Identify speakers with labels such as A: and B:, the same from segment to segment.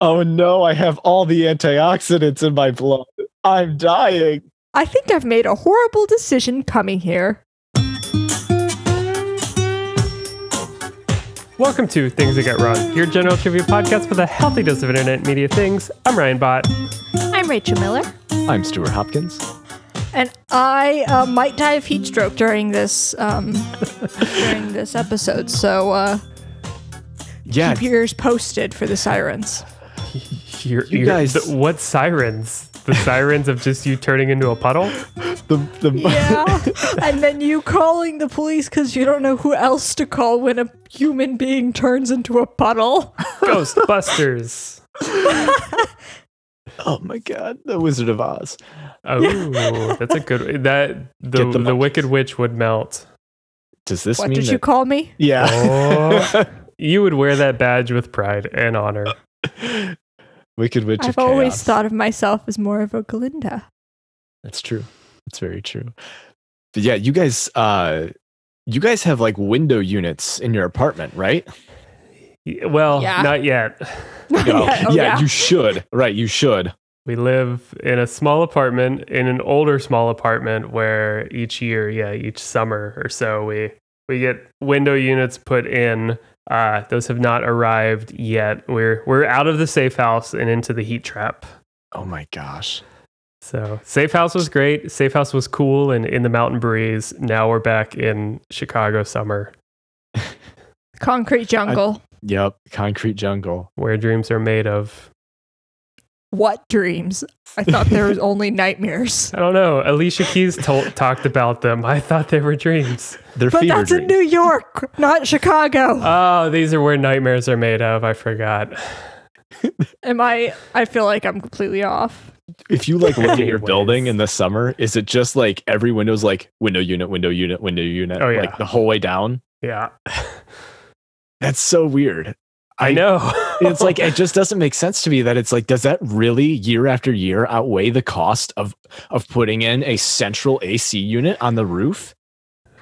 A: Oh no, I have all the antioxidants in my blood. I'm dying.
B: I think I've made a horrible decision coming here.
C: Welcome to Things That Get Run, your general trivia podcast with a healthy dose of internet media things. I'm Ryan Bott.
D: I'm Rachel Miller.
A: I'm Stuart Hopkins.
B: And I uh, might die of heat stroke during this um, during this episode, so uh,
A: Yeah,
B: keep your ears posted for the sirens.
C: Your,
A: You
C: your-
A: guys-
C: the- what sirens? The sirens of just you turning into a puddle?
A: the the
B: Yeah, and then you calling the police because you don't know who else to call when a human being turns into a puddle.
C: Ghostbusters.
A: Oh my god, the Wizard of Oz.
C: Oh, that's a good that the
A: Get the
C: the
A: monkeys.
C: Wicked Witch would melt.
A: Does this
B: What
A: mean
B: did
A: that
B: you call me?
A: Yeah.
C: You would wear that badge with pride and honor.
A: Wicked Witch
B: I've
A: of
B: always
A: Chaos.
B: thought of myself as more of a Glinda.
A: That's true. That's very true. But yeah, you guys uh you guys have like window units in your apartment, right?
C: Well,
B: Yeah.
C: not yet.
B: oh,
A: yeah, you should. Right, you should.
C: We live in a small apartment, in an older small apartment, where each year, yeah, each summer or so, we we get window units put in. Uh, those have not arrived yet. We're we're out of the safe house and into the heat trap.
A: Oh my gosh.
C: So safe house was great. Safe house was cool and in the mountain breeze. Now we're back in Chicago summer,
B: Concrete jungle.
A: Yep, concrete jungle.
C: where dreams are made of.
B: what dreams? I thought there was only nightmares.
C: I don't know. Alicia Keys told, talked about them. I thought they were dreams.
A: They're
B: But
A: fever
B: that's in
A: dreams.
B: New York, not Chicago.
C: Oh, these are where nightmares are made of. I forgot.
B: Am I? I feel like I'm completely off.
A: if you like look at your
C: Anyways.
A: building in the summer, is it just like every window's like window unit, window unit, window unit,
C: Oh, yeah.
A: like the whole way down?
C: Yeah.
A: That's so weird.
C: I,
A: I-
C: know.
A: It's like it just doesn't make sense to me that it's like, does that really year after year outweigh the cost of of putting in a central AC unit on the roof?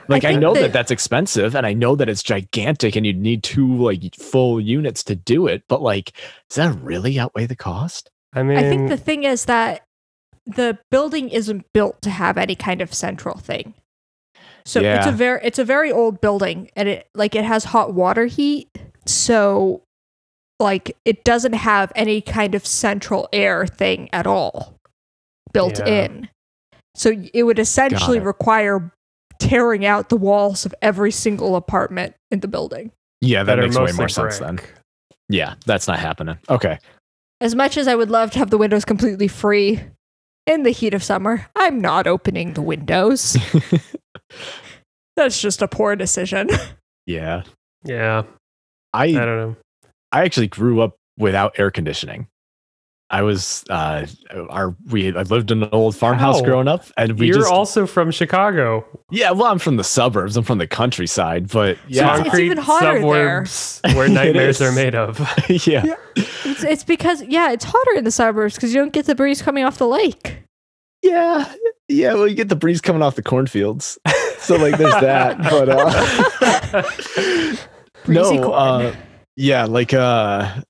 A: Like I,
B: think
A: know
B: they-
A: that that's expensive and I know that it's gigantic and you'd need two like full units to do it, but like does that really outweigh the cost?
C: I mean,
B: I think the thing is that the building isn't built to have any kind of central thing. So it's
A: Yeah.
B: a very it's a very old building and it like it has hot water heat. So like it doesn't have any kind of central air thing at all built
C: Yeah.
B: in. So it would essentially
A: it.
B: require tearing out the walls of every single apartment in the building.
A: Yeah,
C: that are mostly brick.
A: Yeah, that's not happening. Okay.
B: As much as I would love to have the windows completely free in the heat of summer, I'm not opening the windows. That's just a poor decision.
A: Yeah.
C: Yeah,
A: I
C: I don't know.
A: I actually grew up without air conditioning. I was uh our we I lived in an old farmhouse
C: Wow.
A: growing up and we
C: You're
A: just
C: also from Chicago.
A: Yeah, well I'm from the suburbs, I'm from the countryside, but
B: it's-
A: yeah.
B: it's even hotter there.
C: suburbs where nightmares
A: is.
C: are made of.
A: yeah.
B: It's, it's because, yeah, it's hotter in the suburbs because you don't get the breeze coming off the lake.
A: Yeah. Yeah, well you get the breeze coming off the cornfields. So like there's that, but uh
B: Breezy
A: no,
B: corn.
A: uh yeah, like uh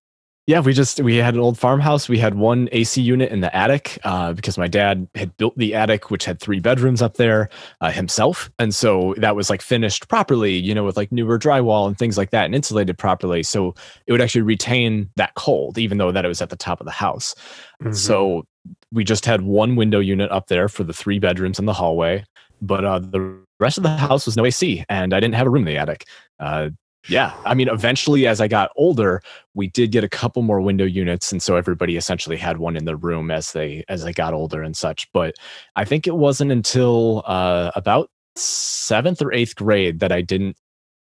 A: yeah, we just we had an old farmhouse. We had one AC unit in the attic uh, because my dad had built the attic, which had three bedrooms up there uh, himself, and so that was like finished properly, you know, with like newer drywall and things like that, and insulated properly. So it would actually retain that cold, even though that it was at the top of the house.
C: Mhm.
A: So we just had one window unit up there for the three bedrooms and the hallway, but uh, the rest of the house was no AC, and I didn't have a room in the attic. Uh, yeah, I mean, eventually, as I got older, we did get a couple more window units, and so everybody essentially had one in their room as they as they got older and such. But I think it wasn't until uh, about seventh or eighth grade that I didn't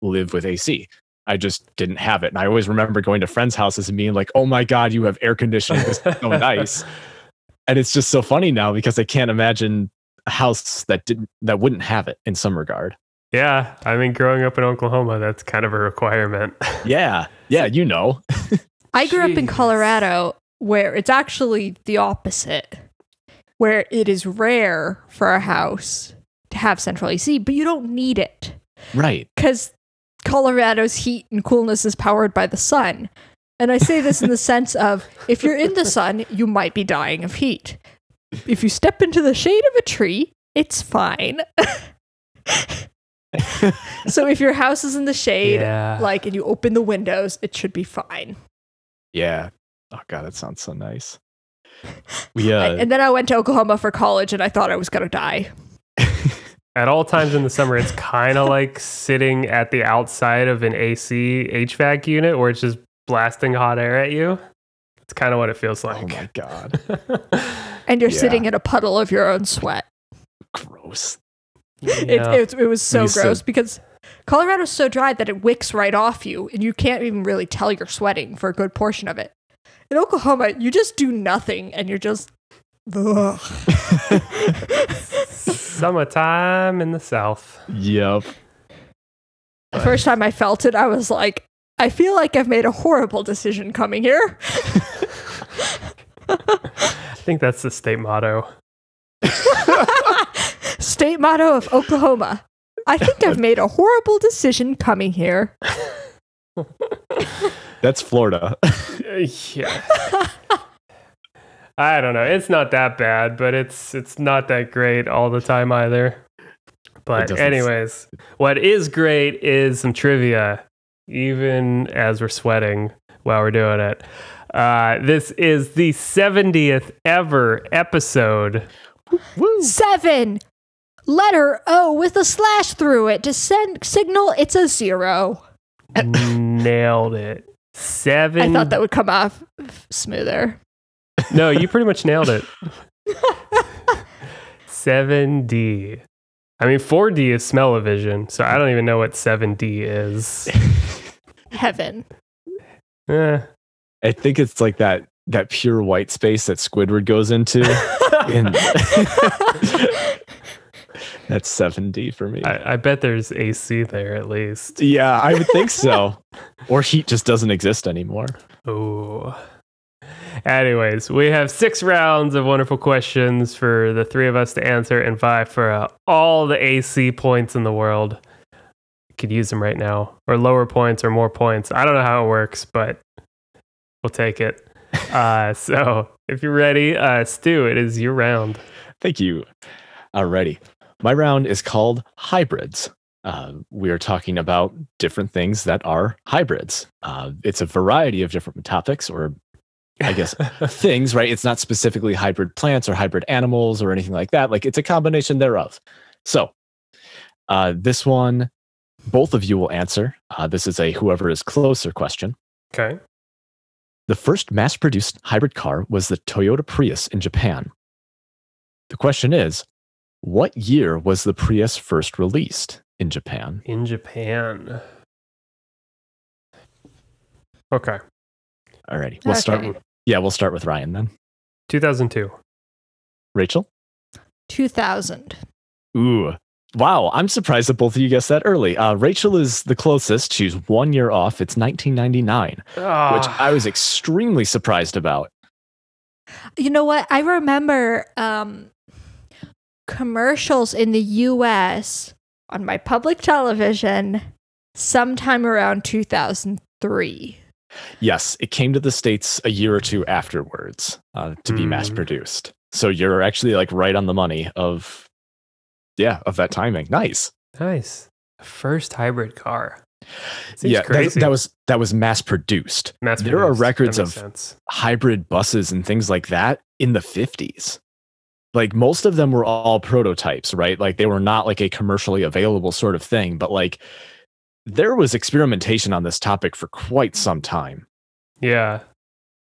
A: live with AC. I just didn't have it, and I always remember going to friends' houses and being like, "Oh my god, you have air conditioning! This is so nice." and it's just so funny now because I can't imagine a house that didn't that wouldn't have it in some regard.
C: yeah, I mean, growing up in Oklahoma, that's kind of a requirement.
A: Yeah, yeah, you know.
B: I grew up in
C: Jeez.
B: Colorado where it's actually the opposite, where it is rare for a house to have central AC, but you don't need it.
A: Right.
B: because Colorado's heat and coolness is powered by the sun. And I say this in the sense of if you're in the sun, you might be dying of heat. If you step into the shade of a tree, it's fine. so if your house is in the shade,
C: yeah.
B: like, and you open the windows, it should be fine.
A: Yeah. Oh god, that sounds so nice. We uh,
B: I- and then I went to Oklahoma for college and I thought I was going to die.
C: At all times in the summer, it's kind of like sitting at the outside of an AC HVAC unit where it's just blasting hot air at you. It's kind of what it feels
A: oh
C: like.
A: my god,
B: And you're
A: Yeah.
B: sitting in a puddle of your own sweat.
A: gross.
C: Yeah.
B: It, it, it was so
A: Used to-
B: gross because Colorado's so dry that it wicks right off you and you can't even really tell you're sweating for a good portion of it. In Oklahoma, you just do nothing and you're just. Ugh.
C: Summertime in the South.
A: Yep.
B: The first time I felt it, I was like, I feel like I've made a horrible decision coming here.
C: I think that's the state motto.
B: State motto of Oklahoma. I think I've made a horrible decision coming here.
A: That's Florida.
C: yeah. I don't know. It's not that bad, but it's it's not that great all the time either. But
A: doesn't s-
C: anyways, what is great is some trivia, even as we're sweating while we're doing it. Uh, this is the 70th ever episode.
A: Woo.
B: Seven. Letter O with a slash through it to send signal it's a zero.
C: Nailed it. Seven.
B: I thought that would come off smoother.
C: no, you pretty much nailed it. 7D. I mean, 4D is smell-o-vision, so I don't even know what 7D is.
B: Heaven.
C: Eh.
A: I think it's like that that pure white space that Squidward goes into. and that's 7D for me.
C: I, I bet there's AC there at least.
A: yeah, I would think so. or heat just doesn't exist anymore.
C: Ooh. Anyways, we have six rounds of wonderful questions for the three of us to answer and vie for uh, all the AC points in the world. Could use them right now, or lower points, or more points. I don't know how it works, but we'll take it. Uh, so, if you're ready, uh, Stu, it is your round.
A: Thank you. Alrighty. My round is called hybrids. Uh, we are talking about different things that are hybrids. Uh, it's a variety of different topics or I guess things, right? It's not specifically hybrid plants or hybrid animals or anything like that. Like it's a combination thereof. So uh, this one, both of you will answer. Uh, this is a whoever is closer question.
C: Okay.
A: The first mass produced hybrid car was the Toyota Prius in Japan. The question is what year was the Prius first released in Japan?
C: In Japan. Okay.
A: Alrighty, we'll start.
B: Okay.
A: With, yeah, we'll start with Ryan then.
C: 2002.
A: Rachel.
B: 2000.
A: Ooh. Wow, I'm surprised that both of you guessed that early. Uh, Rachel is the closest. She's one year off. It's 1999, which
C: Ah.
A: I was extremely surprised about.
B: You know what? I remember um, commercials in the US on my public television sometime around 2003.
A: Yes, it came to the States a year or two afterwards uh, to be
C: Hmm.
A: mass produced. So you're actually like right on the money of, yeah, of that timing. Nice.
C: Nice. First hybrid car. Seems
A: Yeah, that,
C: crazy.
A: that was that was mass produced.
C: Mass
A: there are
C: produced. That
A: records
C: makes
A: of-
C: sense.
A: hybrid buses and things like that in the 50s. Like most of them were all prototypes, right? Like they were not like a commercially available sort of thing, but like there was experimentation on this topic for quite some time,
C: Yeah.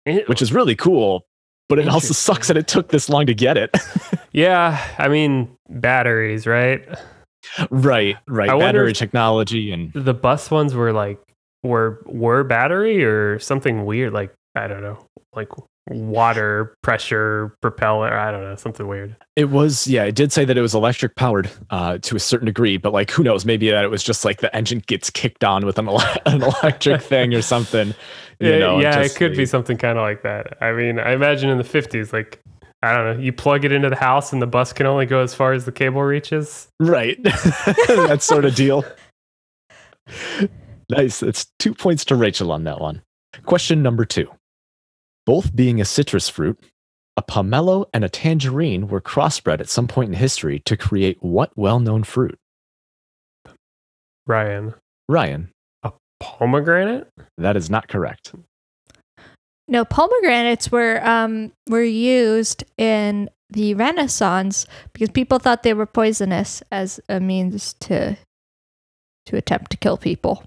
C: It-
A: which is really cool, but it also
C: Interesting.
A: sucks that it took this long to get it.
C: yeah. I mean, batteries, right?
A: right, right.
C: I wonder
A: Battery
C: if-
A: technology and
C: The bus ones were like were were battery or something weird, like I don't know, like water pressure propeller. I don't know, something weird.
A: it was yeah, it did say that it was electric powered uh to a certain degree, but like who knows, maybe that it was just like the engine gets kicked on with an, ele- an electric thing or something. You
C: Yeah,
A: know,
C: yeah, it
A: just
C: could be
A: the-
C: something kind of like that. I mean, I imagine in the fifties, like I don't know, you plug it into the house and the bus can only go as far as the cable reaches.
A: Right. that sort of deal. Nice. That's two points to Rachel on that one. Question number two. Both being a citrus fruit, a pomelo and a tangerine were crossbred at some point in history to create what well known fruit?
C: Ryan,
A: Ryan,
C: pomegranate?
A: that is not correct.
B: No, pomegranates were um were used in the Renaissance because people thought they were poisonous as a means to to attempt to kill people.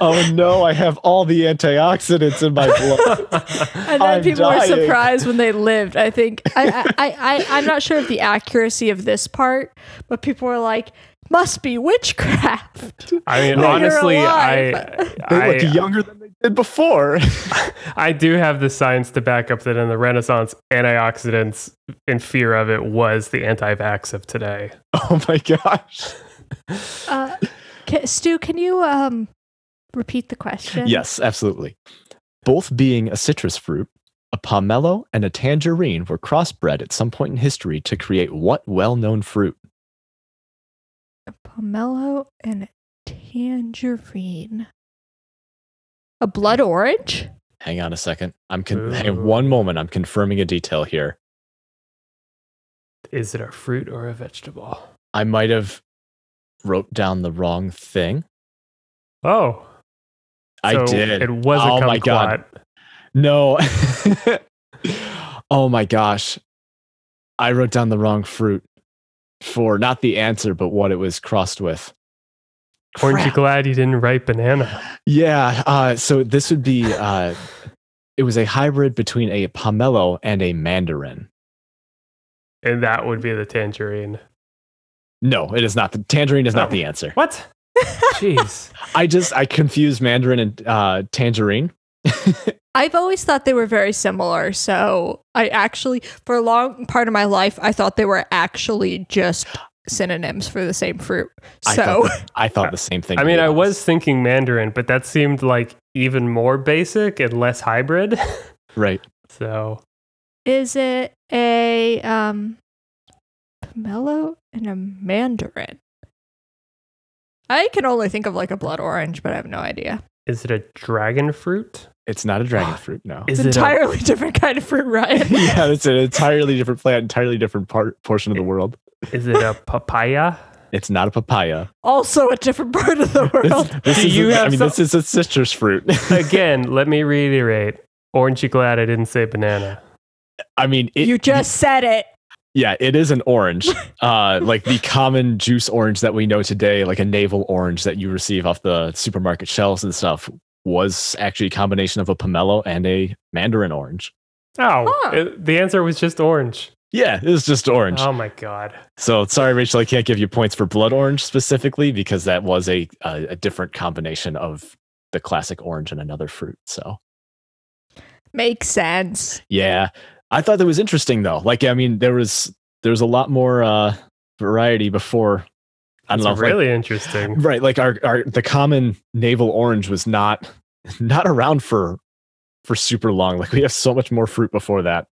A: oh no, I have all the antioxidants in my blood.
B: And then
A: I'm
B: people were
A: dying.
B: surprised when they lived. I think I, I, I, I I'm not sure of the accuracy of this part, but people were like, "Must be witchcraft."
C: I mean,
A: You're
C: honestly, I,
B: alive.
A: They
C: I,
A: look younger than they did before.
C: I do have the science to back up that in the Renaissance, antioxidants in fear of it was the anti-vax of today.
A: oh my gosh.
B: Uh, ca Stu, can you um repeat the question?
A: Yes, absolutely. Both being a citrus fruit, a pomelo and a tangerine were crossbred at some point in history to create what well known fruit?
B: Pomelo and tangerine. A blood orange?
A: Hang on a second. I'm con-
C: Ooh.
A: hang one moment. I'm confirming a detail here.
C: Is it a fruit or a vegetable?
A: I might have wrote down the wrong thing.
C: Oh,
A: I
C: so
A: did.
C: It was a
A: Oh
C: kumquat.
A: my God. No. oh my gosh. I wrote down the wrong fruit for not the answer, but what it was crossed with.
C: Aren't you
A: Crap.
C: glad you didn't write banana?
A: Yeah. Uh, so this would be, uh, it was a hybrid between a pomelo and a mandarin.
C: And that would be the tangerine.
A: No, it is not. The tangerine is not
C: Oh.
A: the answer.
C: What? Jeez.
A: I just, I confused mandarin and uh, tangerine.
B: I've always thought they were very similar. So I actually, for a long part of my life, I thought they were actually just synonyms for the same fruit.
A: I
B: So
A: thought, the- I thought the same thing.
C: I
A: to
C: mean,
A: be
C: I
A: honest.
C: was thinking mandarin, but that seemed like even more basic and less hybrid.
A: right.
C: so
B: is it a um, pomelo and a mandarin? I can only think of like a blood orange, but I have no idea.
C: Is it a dragon fruit?
A: It's not a dragon fruit. No.
C: Is
B: It's
C: it a,
B: entirely different kind of fruit, Ryan.
A: yeah, it's an entirely different plant, entirely different part portion of the world.
C: is it a papaya?
A: It's not a papaya.
B: Also, a different part of the
A: This,
B: world.
A: this
C: Do
A: is
C: you
A: a, I
C: have
A: mean,
C: some-
A: this is a citrus fruit.
C: Again, let me reiterate. Aren't you glad I didn't say banana?
A: I mean, it,
B: you just said it.
A: yeah, it is an orange, uh, like the common juice orange that we know today, like a navel orange that you receive off the supermarket shelves and stuff, was actually a combination of a pomelo and a mandarin orange.
C: Oh,
B: Huh.
C: it- the answer was just orange.
A: Yeah, it was just orange.
C: Oh my god.
A: so sorry, Rachel, I can't give you points for blood orange specifically because that was a a, a different combination of the classic orange and another fruit. So.
B: Makes sense.
A: Yeah. I thought that was interesting though. Like I mean, there was there was a lot more uh variety before I don't
C: That's
A: know. like-
C: really interesting.
A: right, like our, our the common navel orange was not not around for for super long. Like we have so much more fruit before that.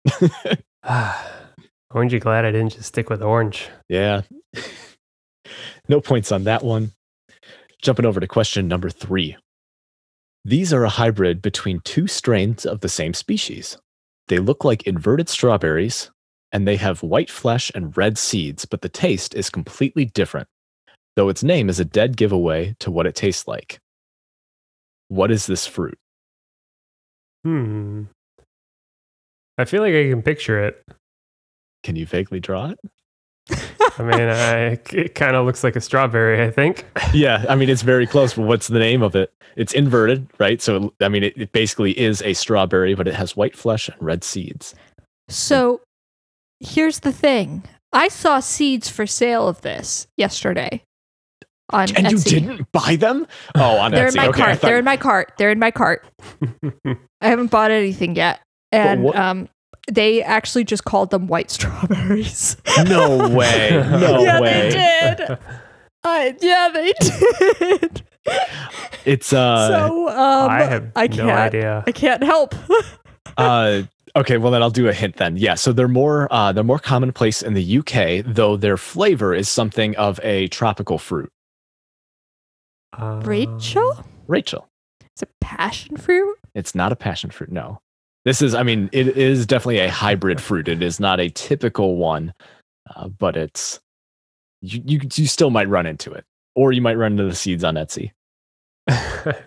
C: Aren't you glad I didn't just stick with orange?
A: Yeah. no points on that one. Jumping over to question number 3. These are a hybrid between two strains of the same species. They look like inverted strawberries, and they have white flesh and red seeds, but the taste is completely different, though its name is a dead giveaway to what it tastes like. What is this fruit?
C: Hmm. I feel like I can picture it.
A: Can you vaguely draw it?
C: I mean, I, it kind of looks like a strawberry, I think.
A: Yeah, I mean, it's very close, but what's the name of it? It's inverted, right? So, I mean, it, it basically is a strawberry, but it has white flesh and red seeds.
B: So here's the thing I saw seeds for sale of this yesterday. On
A: And you
B: Etsy.
A: didn't buy them? Oh, on
B: They're
A: Etsy.
B: in my
A: okay, I
B: cart.
A: thought-
B: They're in my cart. They're in my cart. I haven't bought anything yet. And
A: what-
B: um, they actually just called them white strawberries.
A: no way. No
B: yeah,
A: way.
B: they did. I, yeah, they did.
A: It's uh,
B: so um,
C: I have
B: I
C: no
B: can't.
C: idea.
B: I can't help.
A: uh okay, well then I'll do a hint then. Yeah, so they're more uh they're more commonplace in the UK, though their flavor is something of a tropical fruit.
C: Um,
B: Rachel?
A: Rachel.
B: It's a passion fruit.
A: It's not a passion fruit. No. This is, I mean, it is definitely a hybrid fruit. It is not a typical one, uh, but it's, you, you, you still might run into it, or you might run into the seeds on Etsy.
C: I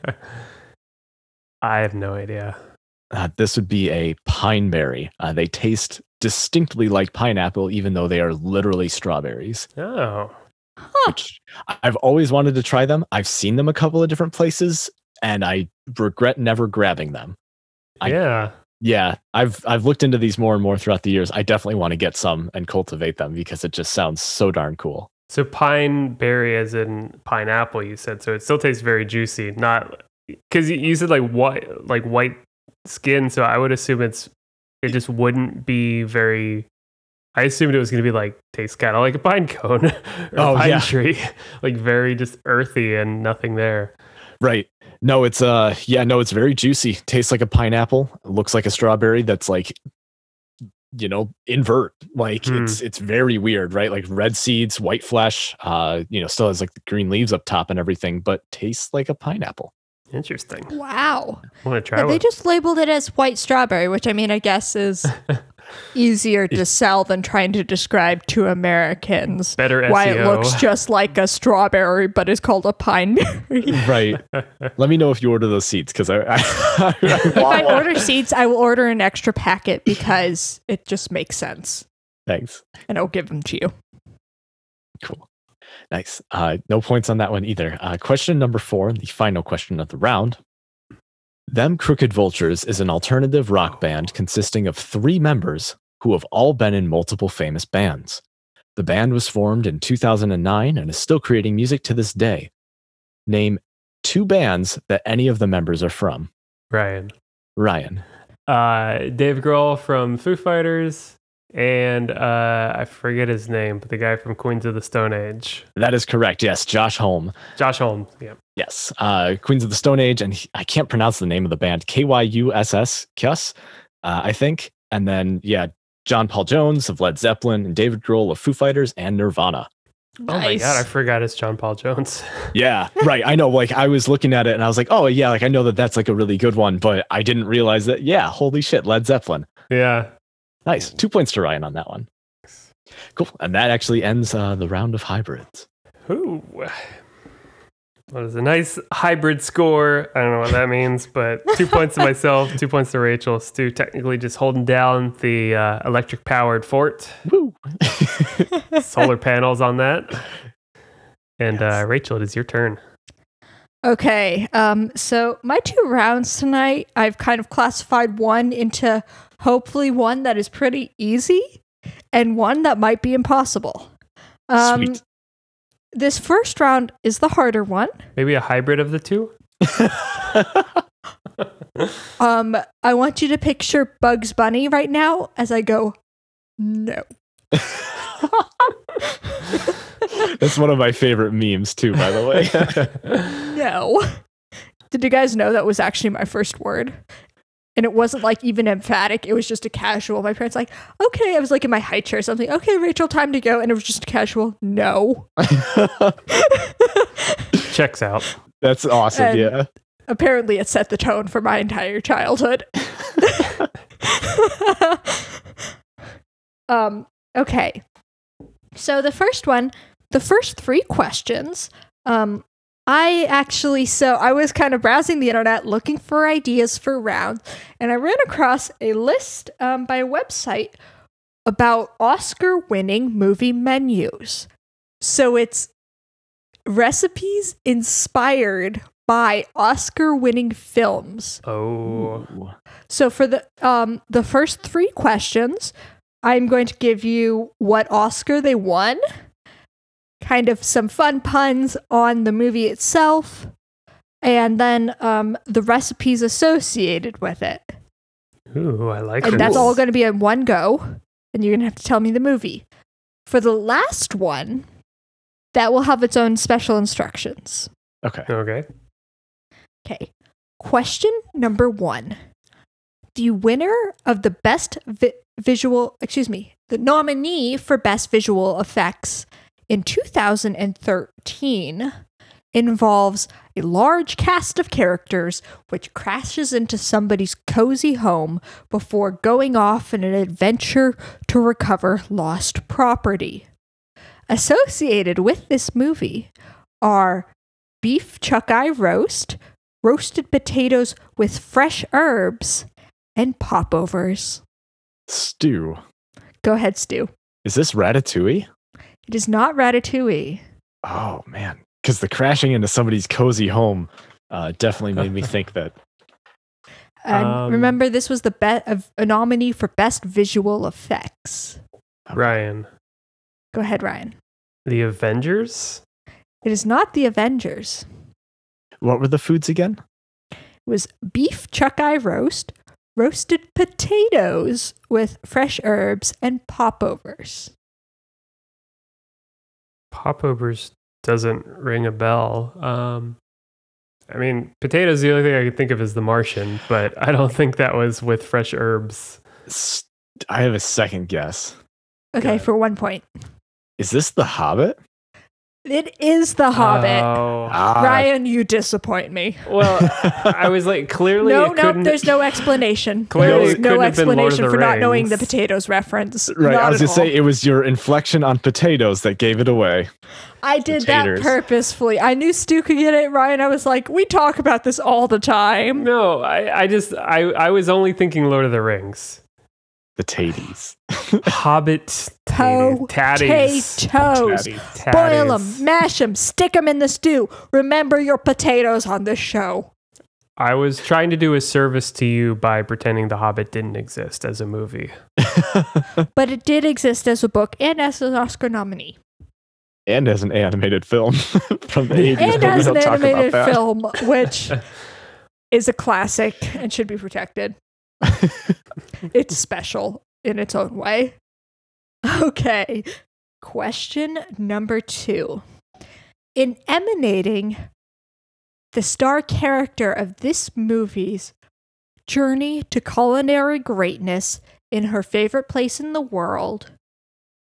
C: have no idea.
A: Uh, this would be a pine berry. Uh, they taste distinctly like pineapple, even though they are literally strawberries.
C: Oh,
B: Huh.
A: Which I've always wanted to try them. I've seen them a couple of different places, and I regret never grabbing them. I-
C: yeah.
A: Yeah, I've I've looked into these more and more throughout the years. I definitely want to get some and cultivate them because it just sounds so darn cool.
C: So pine berry, as in pineapple, you said. So it still tastes very juicy, not because you said like white, like white skin. So I would assume it's it just wouldn't be very. I assumed it was going to be like taste kind of like a pine cone or
A: Oh,
C: a pine
A: yeah.
C: tree, like very just earthy and nothing there.
A: Right. No, it's uh yeah, no, it's very juicy. Tastes like a pineapple, looks like a strawberry that's like you know, invert. Like
C: Hmm.
A: it's it's very weird, right? Like red seeds, white flesh, uh, you know, still has like the green leaves up top and everything, but tastes like a pineapple.
C: Interesting.
B: Wow.
C: I want to try
B: Yeah, they
C: one.
B: just labeled it as white strawberry, which I mean, I guess is easier to sell than trying to describe to Americans
C: Better E SEO.
B: why it looks just like a strawberry, but it's called a pine berry.
A: Right. Let me know if you order those seeds because I, I, I,
B: if I order seeds, I will order an extra packet because it just makes sense,
A: Thanks.
B: and I'll give them to you.
A: Cool. Nice. Uh, no points on that one either. Uh, question number four, the final question of the round. Them Crooked Vultures is an alternative rock band consisting of three members who have all been in multiple famous bands. The band was formed in 2009 and is still creating music to this day. Name two bands that any of the members are from.
C: Ryan.
A: Ryan.
C: uh, Dave Grohl from Foo Fighters, and uh, I forget his name, but the guy from Queens of the Stone Age,
A: That is correct. Yes. Josh Holm.
C: Josh Holmes. Yeah,
A: Yes, uh, Queens of the Stone Age, and he- I can't pronounce the name of the band. K Y U S S Kyuss, uh, I think. And then yeah, John Paul Jones of Led Zeppelin and David Grohl of Foo Fighters and Nirvana.
C: Oh my god, I forgot it's John Paul Jones.
A: Yeah, right. I know. Like I was looking at it and I was like, oh yeah, like I know that that's like a really good one, but I didn't realize that. Yeah, holy shit, Led Zeppelin.
C: yeah,
A: Nice. Two points to Ryan on that one. Cool. And that actually ends uh, the round of hybrids.
C: who? Well, it's a nice hybrid score. I don't know what that means, but two points to myself, two points to Rachel. Stu technically just holding down the uh, electric powered fort,
A: Woo.
C: solar panels on that. And
A: Yes.
C: uh, Rachel, it is your turn.
B: Okay, um, so my two rounds tonight, I've kind of classified one into hopefully one that is pretty easy and one that might be impossible. Um,
A: Sweet.
B: This first round is the harder one.
C: Maybe a hybrid of the two.
B: Um, I want you to picture Bugs Bunny right now as I go, no.
A: That's one of my favorite memes too, by the way.
B: No. Did you guys know that was actually my first word? And it wasn't like even emphatic. It was just a casual. My parents like, okay. I was like in my high chair or something. Okay, Rachel, time to go. And it was just a casual. No.
C: Checks out.
A: That's awesome.
B: And-
A: yeah.
B: Apparently, it set the tone for my entire childhood. um. Okay. So the first one, the first three questions, um, I actually so I was kind of browsing the internet looking for ideas for rounds, and I ran across a list um, by a website about Oscar-winning movie menus. So it's recipes inspired by Oscar-winning films.
C: Oh,
A: Ooh.
B: So for the um the first three questions, I'm going to give you what Oscar they won, kind of some fun puns on the movie itself, and then um the recipes associated with it.
C: ooh, I like
B: And
C: this.
B: that's all going to be in one go, and you're going to have to tell me the movie. For the last one, that will have its own special instructions.
A: Okay.
C: Okay.
B: Okay. Question number one. The winner of the best vi- visual, excuse me, the nominee for best visual effects in 2013 involves a large cast of characters which crashes into somebody's cozy home before going off in an adventure to recover lost property. Associated with this movie are beef chuck eye roast, roasted potatoes with fresh herbs, and popovers.
A: Stew.
B: Go ahead, Stu.
A: Is this Ratatouille?
B: It is not ratatouille.
A: Oh man, because the crashing into somebody's cozy home uh, definitely made me think that.
B: And
C: Um,
B: remember, this was the bet of a nominee for best visual effects.
C: Ryan,
B: Go ahead, Ryan.
C: the Avengers?
B: It is not the Avengers.
A: What were the foods again?
B: It was beef chuck eye roast, roasted potatoes with fresh herbs, and popovers.
C: Popovers doesn't ring a bell. Um, I mean, potatoes, the only thing I could think of is the Martian, but I don't think that was with fresh herbs.
A: S- I have a second guess.
B: Okay,
C: Got it.
B: for one point.
A: Is this The Hobbit?
B: It is The Hobbit.
C: Oh.
A: Ah,
B: Ryan, you disappoint me.
C: Well, I was like, clearly.
B: No,
C: it
B: no,
C: couldn't-
B: there's no explanation.
C: Clearly
B: there's
C: it
B: no
C: couldn't have been Lord of
B: explanation
C: the
B: for not knowing the
C: Rings.
B: potatoes reference.
A: Right,
B: Not
A: I was
B: at
A: gonna say
B: all.
A: it was your inflection on potatoes that gave it away.
B: I did that
A: potatoes.
B: purposefully. I knew Stu could get it, Ryan. I was like, we talk about this all the time.
C: No, I, I just, I, I was only thinking Lord of the Rings.
A: The taties.
C: Hobbit
B: Po-
C: tatties.
B: Potatoes.
A: Tatties.
B: Boil
C: Tatties.
B: them, mash them, stick them in the stew. Remember your potatoes on this show.
C: I was trying to do a service to you by pretending The Hobbit didn't exist as a movie.
B: But it did exist as a book and as an Oscar nominee.
A: and as an animated film from the 80s.
B: And
A: but we
B: as an
A: don't talk about
B: animated
A: that.
B: film, which is a classic and should be protected. it's special in its own way. Okay. Question number two. In emanating the star character of this movie's journey to culinary greatness in her favorite place in the world,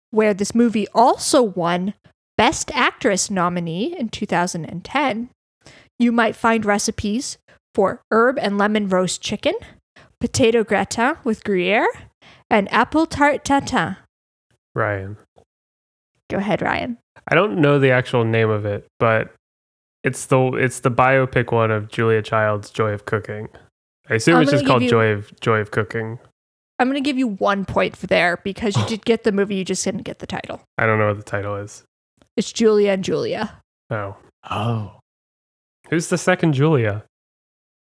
B: where this movie also won Best Actress nominee in 2010, you might find recipes for herb and lemon roast chicken, potato gratin with gruyere, and apple tart tatin.
C: Ryan.
B: Go ahead, Ryan.
C: I don't know the actual name of it, but it's the it's the biopic one of Julia Child's Joy of Cooking. I assume
B: I'm
C: it's just
B: gonna
C: called
B: Oh, give you-
C: Joy of Joy of Cooking.
B: I'm going to give you one point for there because you did get the movie, you just didn't get the title.
C: I don't know what the title is.
B: It's Julia and Julia.
C: Oh.
A: Oh,
C: Who's the second Julia?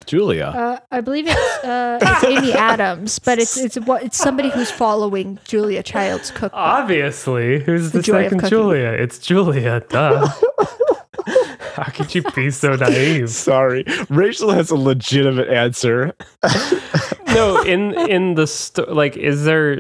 A: Julia.
B: Uh, I believe it's, uh, it's Amy Adams, but it's it's what it's somebody who's following Julia Child's cookbook.
C: Obviously. Who's
B: The
C: the,
B: Joy of
C: second
B: Cooking.
C: Julia? It's Julia, duh. How could you be so naive?
A: Sorry, Rachel has a legitimate answer.
C: no, in in the sto- like is there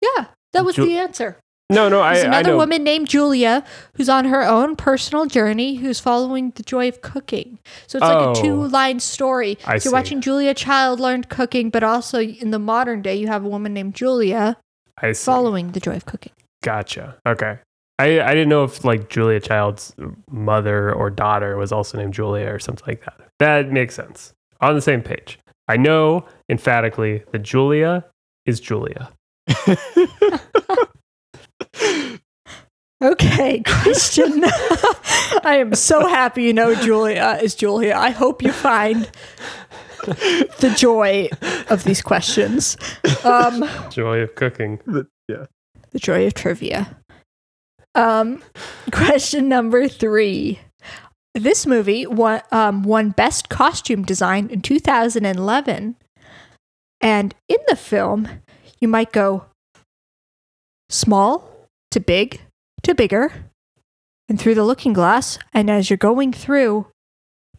B: Yeah, that was
C: Ju-
B: the answer.
C: No, no, I
B: There's
C: I
B: another
C: know.
B: woman named Julia who's on her own personal journey who's following the joy of cooking. So it's like a
C: Oh.
B: two line story. so
C: I see.
B: you're watching Julia Child learn cooking, but also in the modern day, you have a woman named Julia
C: I see.
B: following the joy of cooking.
C: Gotcha. Okay. I, I didn't know if like Julia Child's mother or daughter was also named Julia or something like that. That makes sense. On the same page. I know emphatically that Julia is Julia.
B: Okay, question. I am so happy you know Julia uh, is Julia. I hope you find the joy of these questions. Um,
C: Joy of cooking.
B: The joy of trivia. Um, question number three. This movie won, um, won Best Costume Design in 2011. And in the film, you might go small to big to bigger and through the looking glass. And as you're going through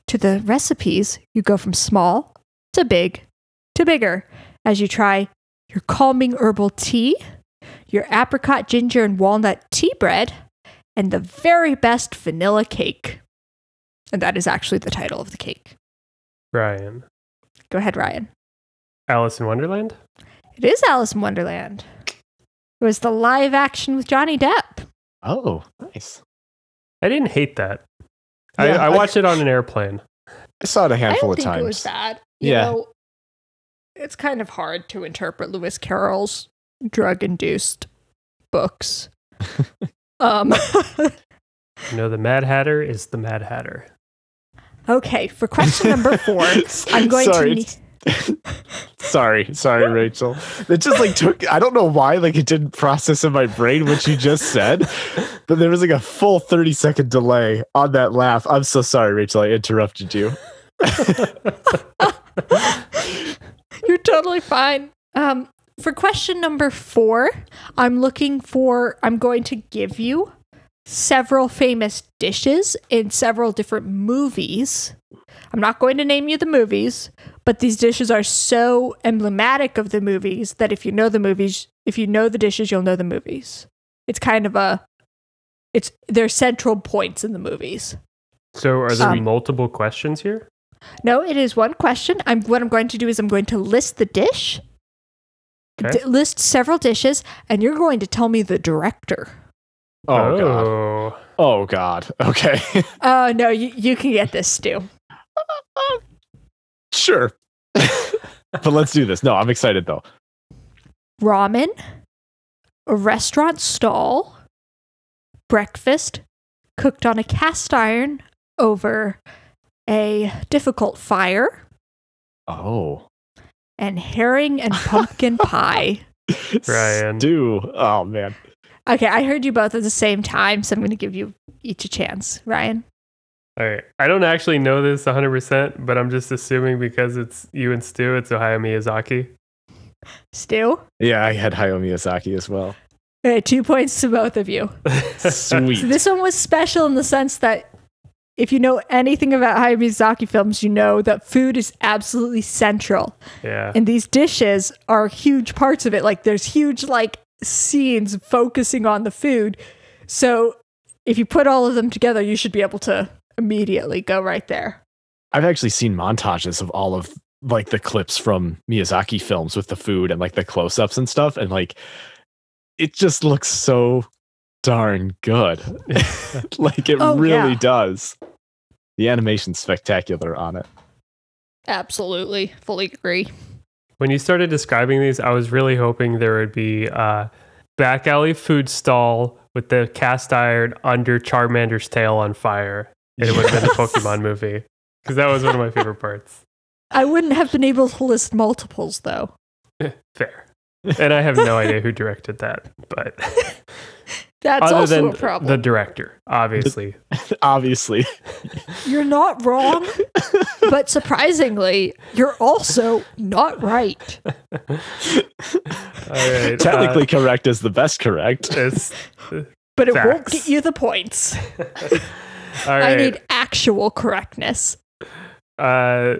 B: to the recipes, you go from small to big to bigger as you try your calming herbal tea your apricot, ginger, and walnut tea bread, and the very best vanilla cake. And that is actually the title of the cake.
C: Ryan.
B: Go ahead, Ryan.
C: Alice in Wonderland?
B: It is Alice in Wonderland. It was the live action with Johnny Depp.
A: oh, nice.
C: I didn't hate that. I,
B: Yeah.
C: I watched it on an airplane.
A: I saw it a
B: I
A: handful
B: don't
A: of
B: think
A: times.
B: it was bad. You
A: Yeah.
B: know, it's kind of hard to interpret Lewis Carroll's drug-induced books. um,
C: You know, the Mad Hatter is the Mad Hatter.
B: okay, for question number four, I'm going
A: sorry,
B: to.
A: it's- sorry, sorry, Rachel. It just like took. I don't know why. Like it didn't process in my brain what you just said, but there was like a full thirty second delay on that laugh. I'm so sorry, Rachel. I interrupted you.
B: You're totally fine. Um, for question number four, I'm looking for, I'm going to give you several famous dishes in several different movies. I'm not going to name you the movies, but these dishes are so emblematic of the movies that if you know the movies, if you know the dishes, you'll know the movies. It's kind of a, it's they're central points in the movies.
C: So are there
B: Um,
C: multiple questions here?
B: No, it is one question. I'm what I'm going to do is I'm going to list the dish.
C: Okay.
B: D- list several dishes and you're going to tell me the director.
A: Oh, god.
C: Oh.
A: Oh god. Okay.
B: Oh no, you, you can get this, Stu.
A: sure. but let's do this. No, I'm excited though.
B: Ramen, a restaurant stall, breakfast, cooked on a cast iron over a difficult fire,
A: Oh.
B: and herring and pumpkin pie.
C: Ryan.
A: Do. Oh man.
B: Okay, I heard you both at the same time, so I'm going to give you each a chance. Ryan?
C: All right. I don't actually know this 100%, but I'm just assuming because it's you and Stu, it's Ohio Miyazaki.
B: Stu?
A: Yeah, I had Hayao Miyazaki as well.
B: Uh, two points to both of you. So
A: Sweet.
B: this one was special in the sense that if you know anything about Hayao Miyazaki films, you know that food is absolutely central,
C: yeah.
B: and these dishes are huge parts of it. Like there's huge like scenes focusing on the food. So if you put all of them together, you should be able to immediately go right there.
A: I've actually seen montages of all of like the clips from Miyazaki films with the food and like the close ups and stuff. And like, it just looks so darn good. like, it
B: Oh,
A: really
B: yeah.
A: does. The animation's spectacular on it.
B: Absolutely, fully agree.
C: When you started describing these, I was really hoping there would be a back alley food stall with the cast iron under Charmander's tail on fire. And it would have been the Pokemon movie because that was one of my favorite parts.
B: I wouldn't have been able to list multiples though.
C: Fair. And I have no idea who directed that, but
B: That's
C: other
B: also
C: than
B: a problem.
C: the director, obviously.
A: Obviously.
B: You're not wrong, but surprisingly, you're also not right.
C: All right, uh,
A: Technically correct is the best correct.
C: it's-
B: But it won't
C: Facts.
B: get you the points.
C: all
B: I
C: right.
B: need actual correctness.
C: uh,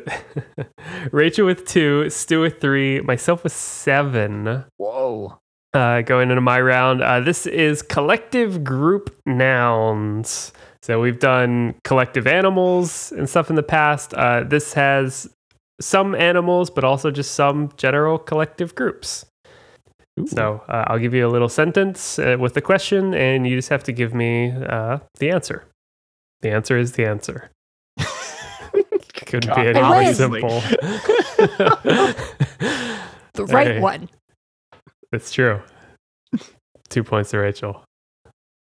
C: Rachel with two, Stu with three, myself with seven.
A: Whoa.
C: Uh, going into my round, uh, this is collective group nouns. So we've done collective animals and stuff in the past. Uh, this has some animals, but also just some general collective groups.
A: Ooh.
C: So uh, I'll give you a little sentence uh, with a question, and you just have to give me uh, the answer. The answer is the answer. Couldn't
A: God,
C: be any
B: I
C: more
B: win.
C: simple.
B: The right
C: Okay.
B: one.
C: it's true. Two points to Rachel.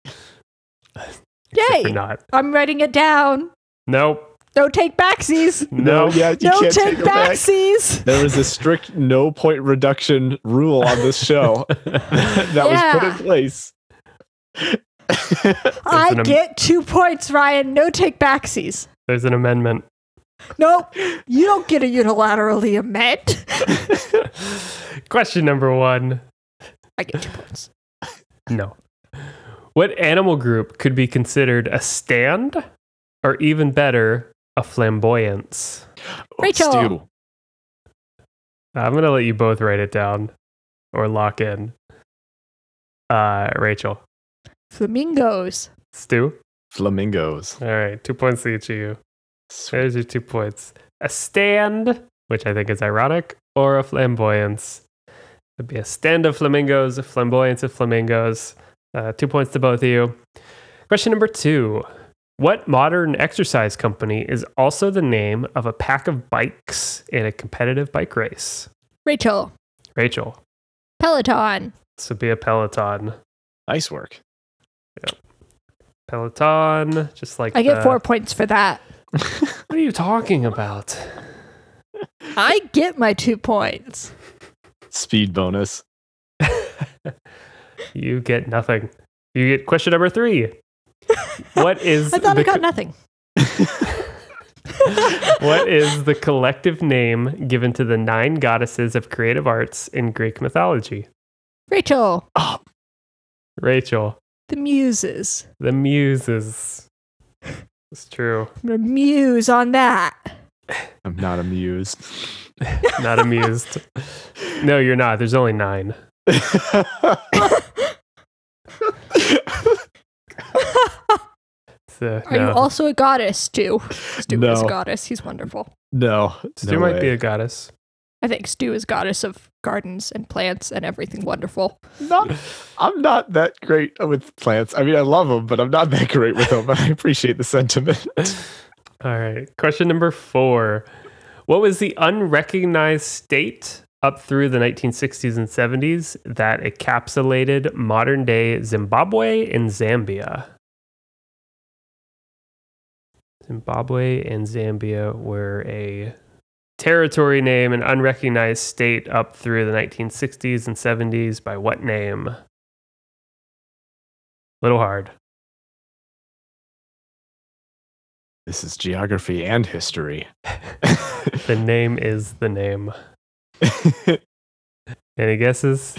C: Except for
B: Yay!
C: not.
B: I'm writing it down.
C: Nope.
B: No take backsies.
A: No,
C: No.
A: yeah, you
B: No
A: can't
B: take
A: take it back.
B: backsies.
A: There is a strict no point reduction rule on this show that was put in place.
B: I
C: an am-
B: get two points, Ryan. No take backsies.
C: There's an amendment.
B: Nope. You don't get a unilaterally amend.
C: Question number one.
B: I get two points.
C: No. What animal group could be considered a stand or even better, a flamboyance?
B: Rachel.
A: Stu.
C: I'm going to let you both write it down or lock in. Uh, Rachel,
B: Flamingos.
C: Stu.
A: Flamingos.
C: All right. Two points to each of you.
A: Sweet.
C: There's your two points. A stand, which I think is ironic, or a flamboyance. It'd be a stand of flamingos, a flamboyance of flamingos. Uh, two points to both of you. Question number two What modern exercise company is also the name of a pack of bikes in a competitive bike race?
B: Rachel,
C: Rachel,
B: Peloton.
C: this would be a Peloton.
A: Nice work.
C: Peloton, just like
B: I get
C: the-
B: four points for that.
C: What are you talking about?
B: I get my two points.
A: Speed bonus.
C: You get nothing. You get question number three. What is
B: I thought I
C: the
B: got nothing.
C: what is the collective name given to the nine goddesses of creative arts in Greek mythology?
B: Rachel,
A: Oh,
C: Rachel,
B: the muses.
C: the muses. It's true.
B: I'm gonna muse on that.
A: I'm not amused.
C: Not amused. No, you're not. There's only nine. So,
B: Are
C: no.
B: you also a goddess too? Stu is
A: No.
B: a goddess. He's wonderful.
A: no,
C: Stu
A: no
C: might be
A: way.
C: a goddess.
B: I think Stu is goddess of gardens and plants and everything wonderful.
A: Not, I'm not that great with plants. I mean, I love them, but I'm not that great with them. I appreciate the sentiment.
C: All right. Question number four. What was the unrecognized state up through the 1960s and 70s that encapsulated modern day Zimbabwe and Zambia? Zimbabwe and Zambia were a territory name, an unrecognized state up through the 1960s and 70s. By what name? Little hard.
A: This is geography and history.
C: The name is the name. Any guesses?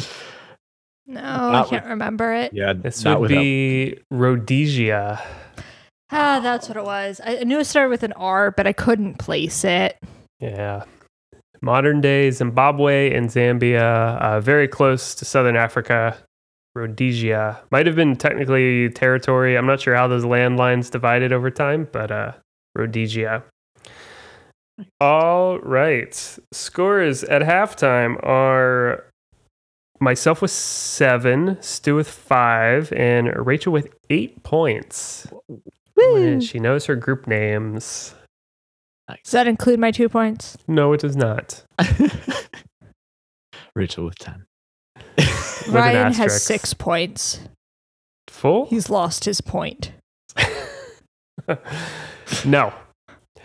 B: No,
A: Not
B: I can't remember it.
A: yeah,
C: This
A: not
C: would
A: without-
C: be Rhodesia.
B: Ah, that's what it was. I I knew it started with an R, but I couldn't place it.
C: Yeah. Modern day Zimbabwe and Zambia, uh, very close to southern Africa. Rhodesia might have been technically territory. I'm not sure how those land lines divided over time, but uh, Rhodesia. All right. Scores at halftime are myself with seven, Stu with five, and Rachel with eight points.
B: Woo!
C: And she knows her group names.
B: Does that include my two points?
C: No, it does not.
A: Rachel with 10.
C: an
B: Ryan has
C: asterisk.
B: six points.
C: Full?
B: He's lost his point.
C: no.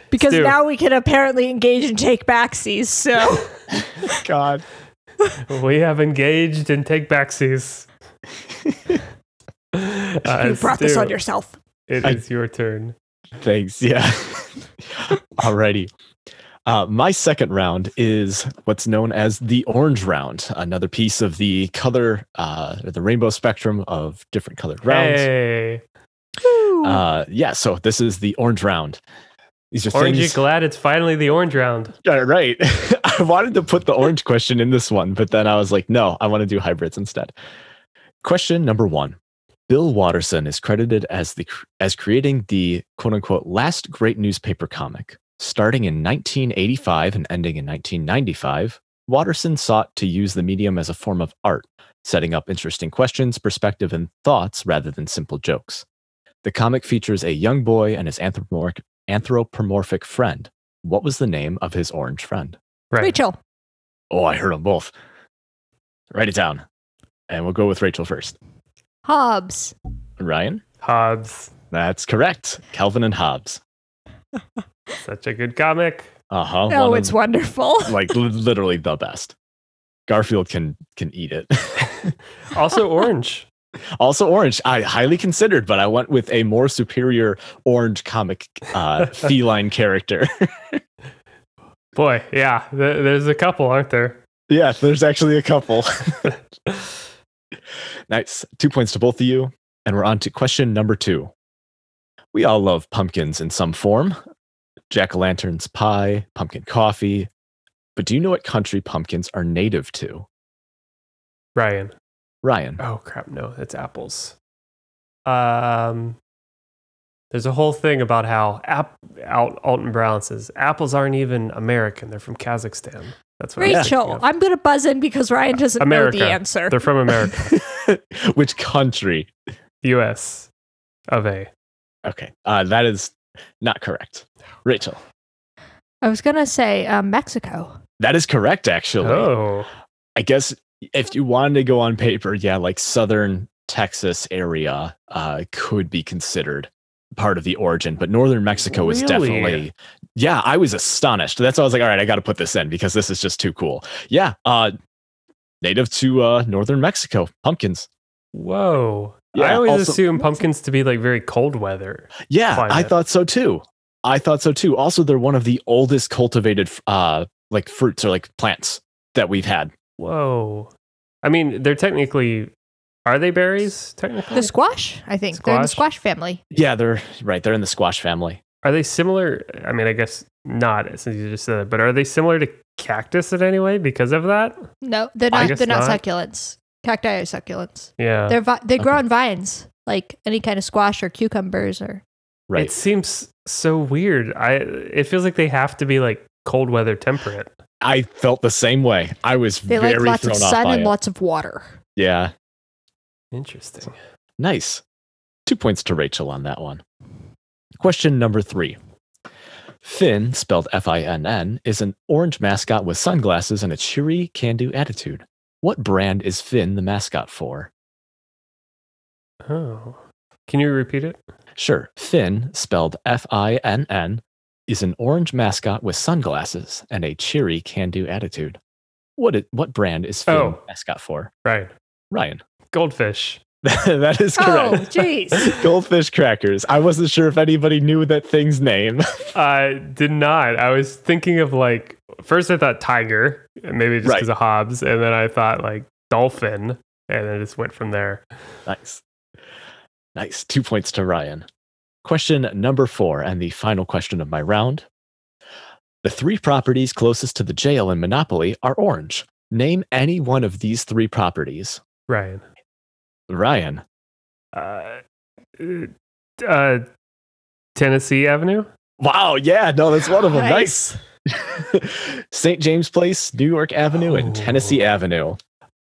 B: Because
C: Stu.
B: now we can apparently engage and take backsies, so
A: God.
C: We have engaged and take backsies. Uh,
B: you brought this
C: Stu,
B: on yourself.
C: It
A: I-
C: is your turn.
A: Thanks. Yeah. Alrighty. Uh, my second round is what's known as the orange round, another piece of the color, uh, or the rainbow spectrum of different colored rounds.
C: Hey.
B: Woo.
A: Uh, yeah, so this is the orange round. These are
C: Orange, you
A: things.
C: glad it's finally the orange round.
A: Yeah, right. I wanted to put the orange question in this one, but then I was like, no, I want to do hybrids instead. Question number one. Bill Watterson is credited as the as creating the quote unquote last great newspaper comic. Starting in 1985 and ending in 1995, Watterson sought to use the medium as a form of art, setting up interesting questions, perspective, and thoughts rather than simple jokes. The comic features a young boy and his anthropomorphic, anthropomorphic friend. What was the name of his orange friend?
C: Right.
B: Rachel,
A: Oh, I heard them both. Write it down. And we'll go with Rachel first.
B: Hobbs.
A: Ryan?
C: Hobbs.
A: That's correct. Calvin and Hobbes.
C: Such a good comic.
A: Uh huh.
B: Oh, it's wonderful.
A: like li- literally the best. Garfield can can eat it.
C: Also orange.
A: also orange. I highly considered, but I went with a more superior orange comic uh, feline character.
C: Boy, yeah. th- there's a couple, aren't there?
A: yeah, there's actually a couple. Nice. Two points to both of you. And we're on to question number two. We all love pumpkins in some form jack o' lanterns pie, pumpkin coffee. But do you know what country pumpkins are native to?
C: Ryan.
A: Ryan.
C: Oh crap, no, that's apples. Um there's a whole thing about how App, Alt, Alton Brown says apples aren't even American. They're from Kazakhstan. That's what I'm thinking
B: Rachel,
C: of.
B: I'm gonna buzz in because
A: Uh,
B: Ryan doesn't know
C: America.
B: the answer.
C: They're from America,
A: Which country?
C: US of A.
A: Okay. Uh, that is not correct. Rachel,
B: I was gonna say um, Mexico.
A: that is correct, actually.
C: Oh,
A: I guess if you wanted to go on paper, yeah, like southern Texas area uh, could be considered part of the origin, but northern Mexico is
C: Really?
A: definitely. Yeah, I was astonished. That's why I was like, all right, I got to put this in because this is just too cool. Yeah, uh, native to uh, northern Mexico, pumpkins.
C: whoa. I
A: Yeah,
C: always
A: also-
C: assume pumpkins to be like very cold weather.
A: Yeah, I
C: climate.
A: thought so too. I thought so too. Also, they're one of the oldest cultivated uh, like fruits or like plants that we've had.
C: Whoa. I mean, they're technically, are they berries? Technically,
B: The squash, I think. They're in the
C: Squash?
B: squash family.
A: Yeah, they're right. They're in the squash family.
C: are they similar? I mean, I guess not since you just said it, but are they similar to cactus in any way because of that?
B: No, they're
C: I
B: not.
C: guess
B: They're not,
C: not.
B: succulents. Cacti are succulents.
C: Yeah.
B: They're vi- they grow
A: Oh, Okay.
B: on vines, like any kind of squash or cucumbers or.
A: Right.
C: It seems so weird. I it feels like they have to be like cold weather temperate.
A: I felt the same way. I was
B: They
A: very
B: like lots
A: thrown
B: of
A: off
B: sun
A: by
B: and
A: it.
B: lots of water.
A: yeah,
C: Interesting.
A: nice. Two points to Rachel on that one. Question number three. Finn, spelled F-I-N-N, is an orange mascot with sunglasses and a cheery, can-do attitude. What brand is Finn the mascot for?
C: Oh. Can you repeat it?
A: Sure, Finn, spelled F-I-N-N, is an orange mascot with sunglasses and a cheery, can-do attitude. What, i- what brand is Finn
C: Oh.
A: the mascot for?
C: Right.
A: Ryan.
C: Goldfish.
A: that is correct.
B: Oh, jeez.
A: Goldfish crackers. I wasn't sure if anybody knew that thing's name.
C: I did not. I was thinking of like first I thought tiger, maybe just
A: Right.
C: because of Hobbs, and then I thought like dolphin, and then just went from there.
A: nice. Nice. Two points to Ryan. Question number four, and the final question of my round. The three properties closest to the jail in Monopoly are orange. Name any one of these three properties.
C: Ryan.
A: Ryan.
C: Uh, uh, Tennessee Avenue.
A: Wow. Yeah. No, that's one of them.
B: Nice.
A: Nice. St. James Place, New York Avenue, and Tennessee
C: Oh.
A: Avenue.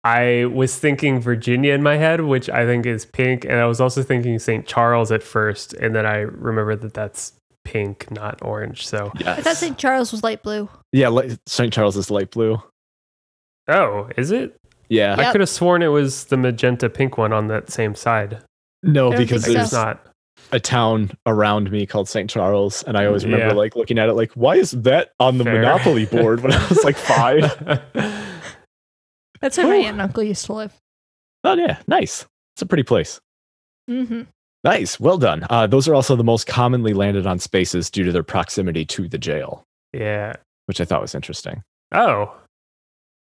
C: I was thinking Virginia in my head, which I think is pink, and I was also thinking St. Charles at first, and then I remembered that that's pink, not orange. So,
B: I thought St. Charles was light blue.
A: Yeah. li- St. Charles is light blue.
C: oh, is it?
A: Yeah.
B: Yep.
C: I could have sworn it was the magenta pink one on that same side.
A: No,
B: I don't
A: because
B: think
C: I
A: there's
C: guess
B: so.
C: not.
A: a town around me called St. Charles, and I always remember
C: Yeah.
A: like looking at it like, why is that on the
C: Fair.
A: Monopoly board when I was like five?
B: That's where my aunt and uncle used to live.
A: oh yeah, nice. It's a pretty place.
B: hmm
A: Nice, well done. Uh, those are also the most commonly landed on spaces due to their proximity to the jail,
C: yeah.
A: which I thought was interesting.
C: Oh.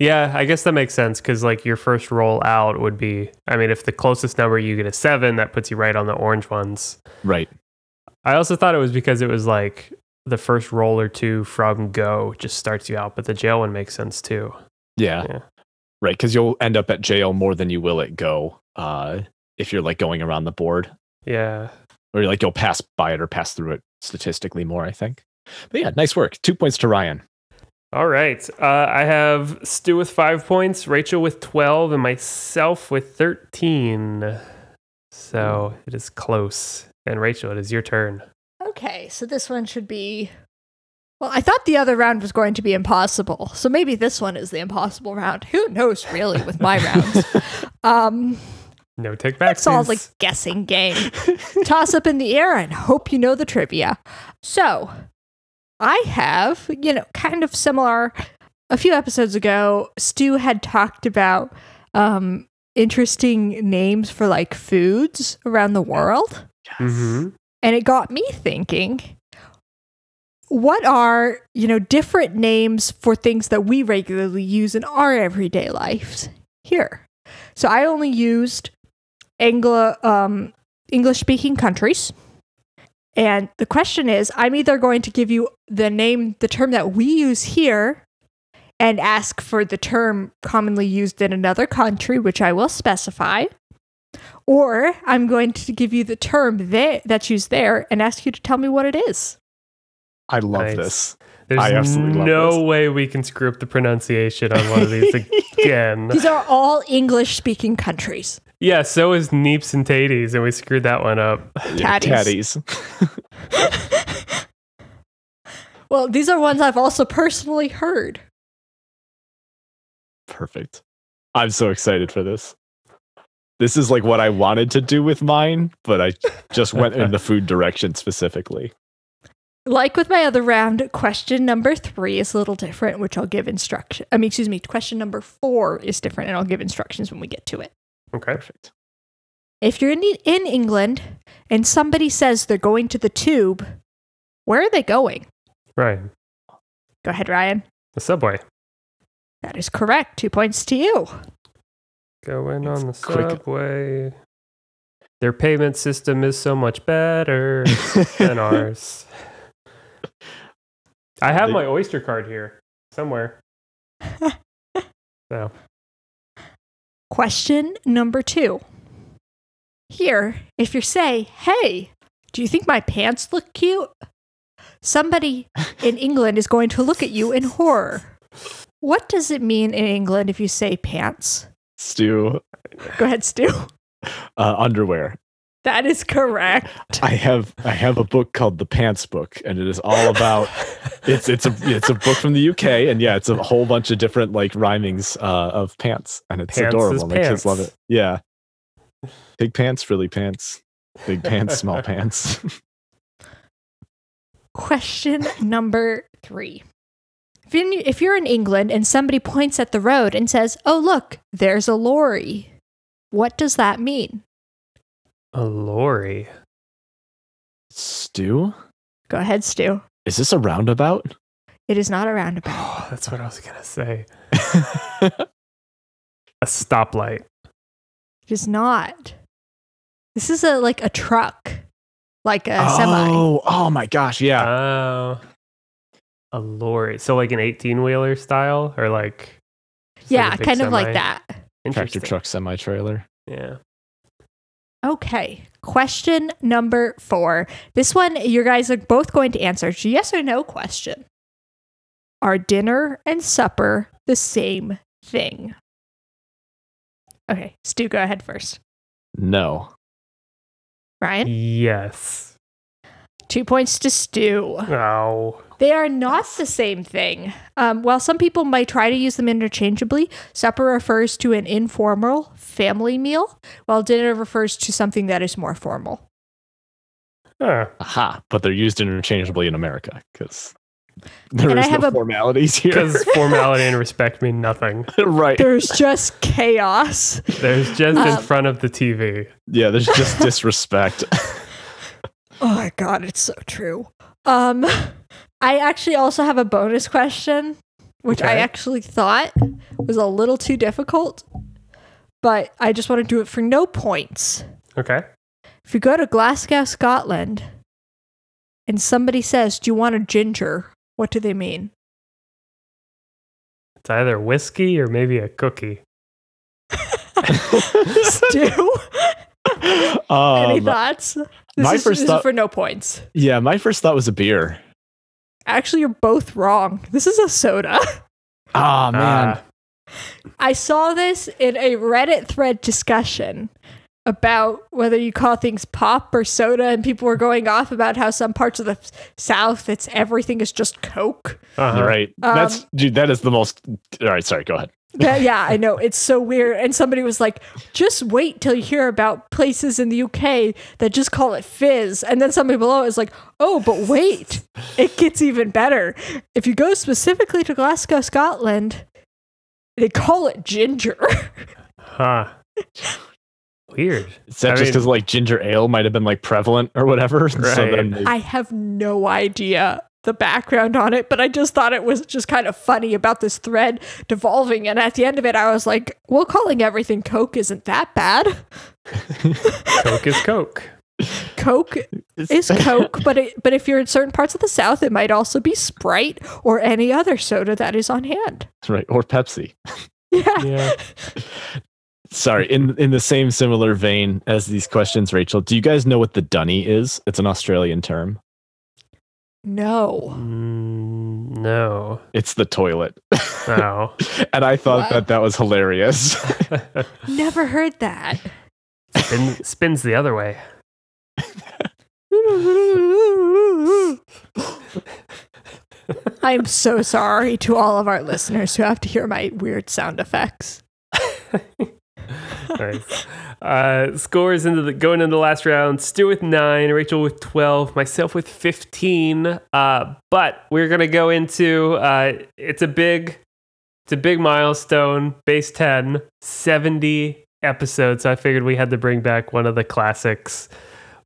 C: Yeah, I guess that makes sense because, like, your first roll out would be I mean, if the closest number you get is seven, that puts you right on the orange ones.
A: Right.
C: I also thought it was because it was like the first roll or two from go just starts you out, but the jail one makes sense too.
A: Yeah.
C: Yeah.
A: Right, because you'll end up at jail more than you will at go uh, if you're like going around the board,
C: Yeah.
A: or like you'll pass by it or pass through it statistically more. I think. But yeah, nice work. Two points to Ryan.
C: All right. Uh, I have Stu with five points, Rachel with 12, and myself with 13. So it is close. And Rachel, it is your turn.
B: Okay, so this one should be. Well, I thought the other round was going to be impossible, so maybe this one is the impossible round. Who knows, really, with my rounds? Um,
C: No take back.
B: it's all like guessing game. Toss up in the air and hope you know the trivia. So, I have, you know, kind of similar. A few episodes ago, Stu had talked about um, interesting names for like foods around the world.
C: hmm
B: And it got me thinking what are, you know, different names for things that we regularly use in our everyday lives here? So I only used Anglo um, English speaking countries. And the question is I'm either going to give you the name, the term that we use here, and ask for the term commonly used in another country, which I will specify, or I'm going to give you the term that, that's used there and ask you to tell me what it is.
A: I love
C: Nice.
A: this.
C: There's
A: I absolutely love
C: no
A: this.
C: way we can screw up the pronunciation on one of these again.
B: These are all English speaking countries.
C: yeah, so is Neeps and Taties, and we screwed that one up.
A: Yeah,
B: Tatties.
A: tatties.
B: Well, these are ones I've also personally heard.
A: Perfect. I'm so excited for this. This is like what I wanted to do with mine, but I just went in the food direction specifically.
B: Like with my other round, question number three is a little different, which I'll give instruction. I mean, excuse me, question number four is different, and I'll give instructions when we get to it.
C: Okay.
A: Perfect.
B: If you're in, in England and somebody says they're going to the tube, where are they going?
C: Right.
B: Go ahead, Ryan.
C: The subway.
B: That is correct. Two points to you.
C: Going
A: It's
C: on the
A: quick.
C: subway. Their payment system is so much better than ours. I have
A: They-
C: my Oyster card here somewhere. so,
B: Question number two. Here, if you say, hey, do you think my pants look cute? Somebody in England is going to look at you in horror. What does it mean in England if you say pants?
A: Stu,
B: Go ahead, Stu.
A: uh, underwear.
B: That is correct.
A: I have I have a book called The Pants Book, and it is all about it's it's a it's a book from the UK, and yeah, it's a whole bunch of different like rhymings uh, of pants, and it's
C: Pants is
A: adorable. My kids love
C: pants.
A: it. Yeah, big pants, frilly pants, big pants, small pants.
B: Question number three. If you- If you're in England and somebody points at the road and says, oh, look, there's a lorry, what does that mean?
C: a lorry.
A: Stu,
B: Go ahead, Stu.
A: is this a roundabout?
B: It is not a roundabout.
C: Oh, that's what I was gonna say. A stoplight.
B: It is not. This is a like a truck, like a semi. Uh,
A: Oh, oh my gosh, yeah.
C: Oh, a lorry. So like an eighteen-wheeler style, or like just
B: Yeah,
C: a big
B: kind of like
C: semi?
B: that.
A: Tractor
C: Interesting.
A: truck semi trailer.
C: Yeah.
B: Okay. Question number four. This one you guys are both going to answer. It's a yes or no question. Are dinner and supper the same thing? Okay, Stu, go ahead first.
A: No.
B: Ryan,
C: Yes.
B: two points to Stu.
C: Oh.
B: They are not the same thing. Um, while some people might try to use them interchangeably, supper refers to an informal family meal, while dinner refers to something that is more formal.
C: Huh.
A: Aha. But they're used interchangeably in America because there
B: And I
A: is
B: have
A: no
B: a-
A: formalities here.
C: Because formality and respect mean nothing.
A: right.
B: There's just chaos.
C: There's just
B: Um,
C: in front of the TV.
A: Yeah, there's just disrespect.
B: Oh my god, it's so true. Um, I actually also have a bonus question, which I
C: Okay.
B: actually thought was a little too difficult, but I just want to do it for no points.
C: Okay.
B: If you go to Glasgow, Scotland, and somebody says, Do you want a ginger? What do they mean?
C: It's either whiskey or maybe a cookie.
B: Stu, any
A: Um,
B: thoughts? This,
A: my
B: is,
A: first
B: this is
A: thought-
B: for no points.
A: yeah, my first thought was a beer.
B: Actually, you're both wrong. This is a soda.
A: Ah man.
C: Ah,
B: I saw this in a Reddit thread discussion about whether you call things pop or soda, and people were going off about how some parts of the South, it's everything is just Coke.
C: uh-huh.
A: You're right. That's
B: Um,
A: dude. That is the most. All right. Sorry. Go ahead.
B: That, yeah, I know. It's so weird. And somebody was like, just wait till you hear about places in the UK that just call it fizz. And then somebody below is like, oh, but wait, it gets even better. If you go specifically to Glasgow, Scotland, they call it ginger.
C: Huh. Weird.
A: Is that
C: I
A: just
C: mean-
A: because like ginger ale might have been like prevalent or whatever? So
C: Right.
A: then they-
B: I have no idea the background on it, but I just thought it was just kind of funny about this thread devolving. And at the end of it, I was like, well, calling everything Coke isn't that bad.
C: Coke is Coke.
B: Coke is Coke, but it, but if you're in certain parts of the South, it might also be Sprite or any other soda that is on hand.
A: right or Pepsi.
B: Yeah,
C: Yeah.
A: Sorry. In in the same similar vein as these questions, Rachel. Do you guys know what the dunny is? It's an Australian term.
B: no,
C: Mm, No.
A: It's the toilet.
C: No.
A: and I thought
B: Wow.
A: that that was hilarious.
B: Never heard that.
C: Spin, spins the other way.
B: I'm so sorry to all of our listeners who have to hear my weird sound effects.
C: nice. Uh, scores into the going into the last round. Stu with nine, Rachel with twelve, myself with fifteen. Uh, but we're gonna go into uh, it's a big, it's a big milestone. Base 10, 70 episodes. So I figured we had to bring back one of the classics,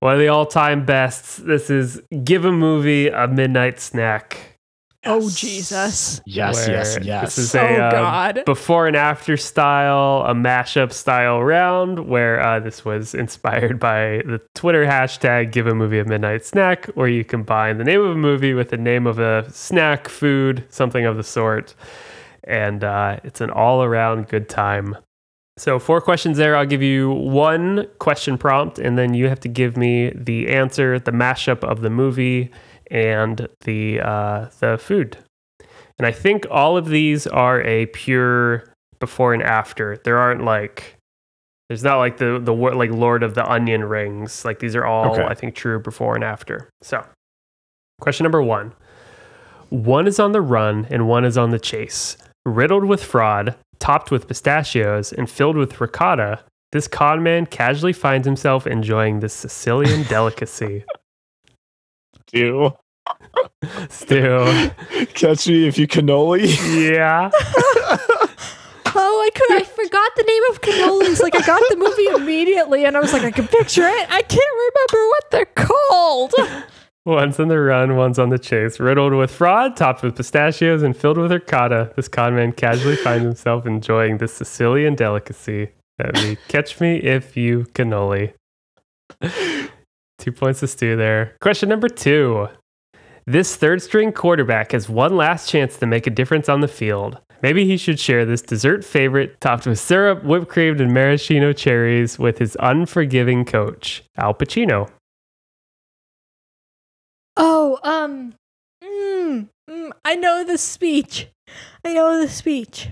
C: one of the all-time bests. This is give a movie a midnight snack.
B: Oh,
A: Yes.
B: Jesus.
A: Yes,
C: where
A: yes, yes.
C: This is
B: oh,
C: a uh,
B: God.
C: before and after style, a mashup style round where uh, this was inspired by the Twitter hashtag give a movie a midnight snack, where you combine the name of a movie with the name of a snack, food, something of the sort. And uh, it's an all around good time. So, four questions there. I'll give you one question prompt, and then you have to give me the answer, the mashup of the movie, and the, uh, the food. And I think all of these are a pure before and after. There aren't like there's not like the the wor- like Lord of the Onion Rings. Like these are all
A: Okay.
C: I think true before and after. So, question number 1. One is on the run and one is on the chase. Riddled with fraud, topped with pistachios and filled with ricotta, this con man casually finds himself enjoying this Sicilian delicacy.
A: Do.
C: Stu.
A: Catch me if you cannoli.
C: Yeah.
B: Oh, I could. I forgot the name of cannolis. Like, I got the movie immediately and I was like, I can picture it. I can't remember what they're called.
C: One's on the run, one's on the chase. Riddled with fraud, topped with pistachios, and filled with ricotta, this con man casually finds himself enjoying this Sicilian delicacy. That we catch me if you cannoli. Two points to stew there. Question number two. This third string quarterback has one last chance to make a difference on the field. Maybe he should share this dessert favorite topped with syrup, whipped cream, and maraschino cherries with his unforgiving coach, Al Pacino.
B: Oh, um, mm, mm, I know the speech. I know the speech.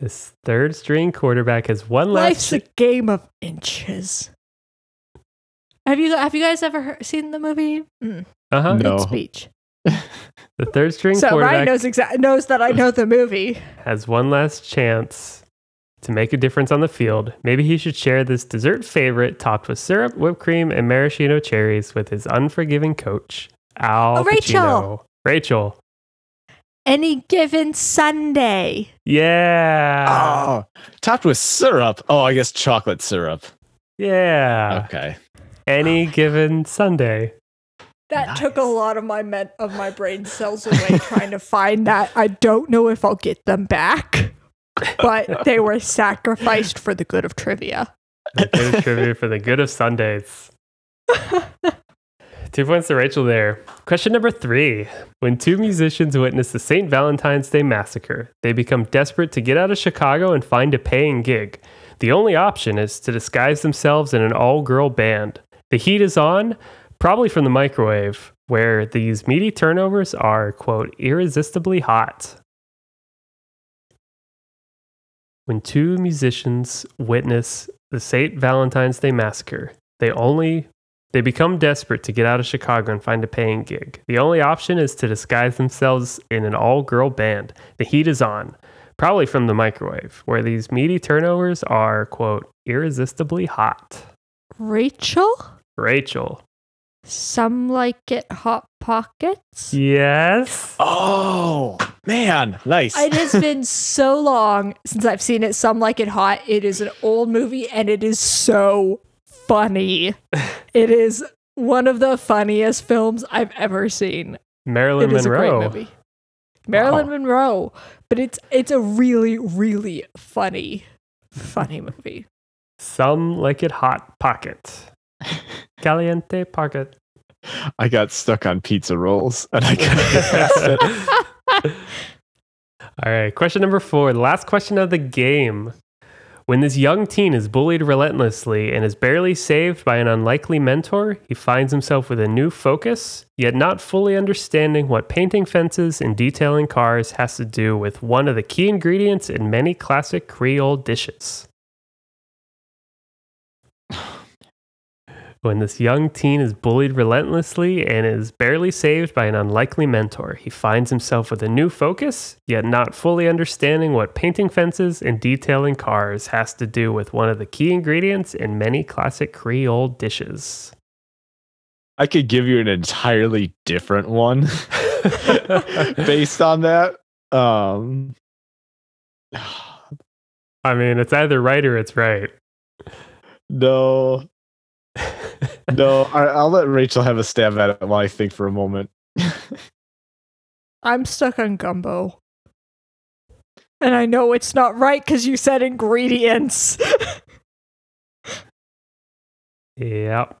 C: This third string quarterback has one last.
B: Life's a game of inches. Have you have you guys ever heard, seen the movie? Mm,
C: uh-huh.
A: No.
B: Good speech.
C: The third string
B: So Ryan
C: quarterback
B: knows exact knows that I know the movie.
C: has one last chance to make a difference on the field. Maybe he should share this dessert favorite topped with syrup, whipped cream, and maraschino cherries with his unforgiving coach, Al
B: Oh, Rachel.
C: Pacino. Rachel.
B: Any given Sunday.
C: Yeah.
A: Oh, topped with syrup. Oh, I guess chocolate syrup.
C: Yeah.
A: okay.
C: Any given Sunday.
B: That took a lot of my men- of my brain cells away trying to find that. I don't know if I'll get them back, but they were sacrificed for the good of trivia.
C: The good of trivia for the good of Sundays. Two points to Rachel there. Question number three. When two musicians witness the St. Valentine's Day massacre, they become desperate to get out of Chicago and find a paying gig. The only option is to disguise themselves in an all girl band. The heat is on, probably from the microwave, where these meaty turnovers are, quote, irresistibly hot. When two musicians witness the St. Valentine's Day massacre, they only they become desperate to get out of Chicago and find a paying gig. The only option is to disguise themselves in an all girl band. The heat is on, probably from the microwave, where these meaty turnovers are, quote, irresistibly hot.
B: Rachel,
C: Rachel.
B: some like it hot pockets.
C: Yes.
A: Oh man, nice.
B: It has been so long since I've seen it. Some like it hot. It is an old movie and it is so funny. It is one of the funniest films I've ever seen.
C: Marilyn
B: it is a
C: Monroe.
B: great movie. Marilyn Monroe, but it's it's a really really funny funny movie.
C: Some like it hot pocket. Caliente pocket.
A: I got stuck on pizza rolls, and I couldn't get past it.
C: All right, question number four, the last question of the game. When this young teen is bullied relentlessly and is barely saved by an unlikely mentor, he finds himself with a new focus, yet not fully understanding what painting fences and detailing cars has to do with one of the key ingredients in many classic Creole dishes. When this young teen is bullied relentlessly and is barely saved by an unlikely mentor, he finds himself with a new focus, yet not fully understanding what painting fences and detailing cars has to do with one of the key ingredients in many classic Creole dishes.
A: I could give you an entirely different one based on that. Um,
C: I mean, it's either right or it's right.
A: no, no, I, I'll let Rachel have a stab at it while I think for a moment.
B: I'm stuck on gumbo. And I know it's not right because you said ingredients.
C: Yep.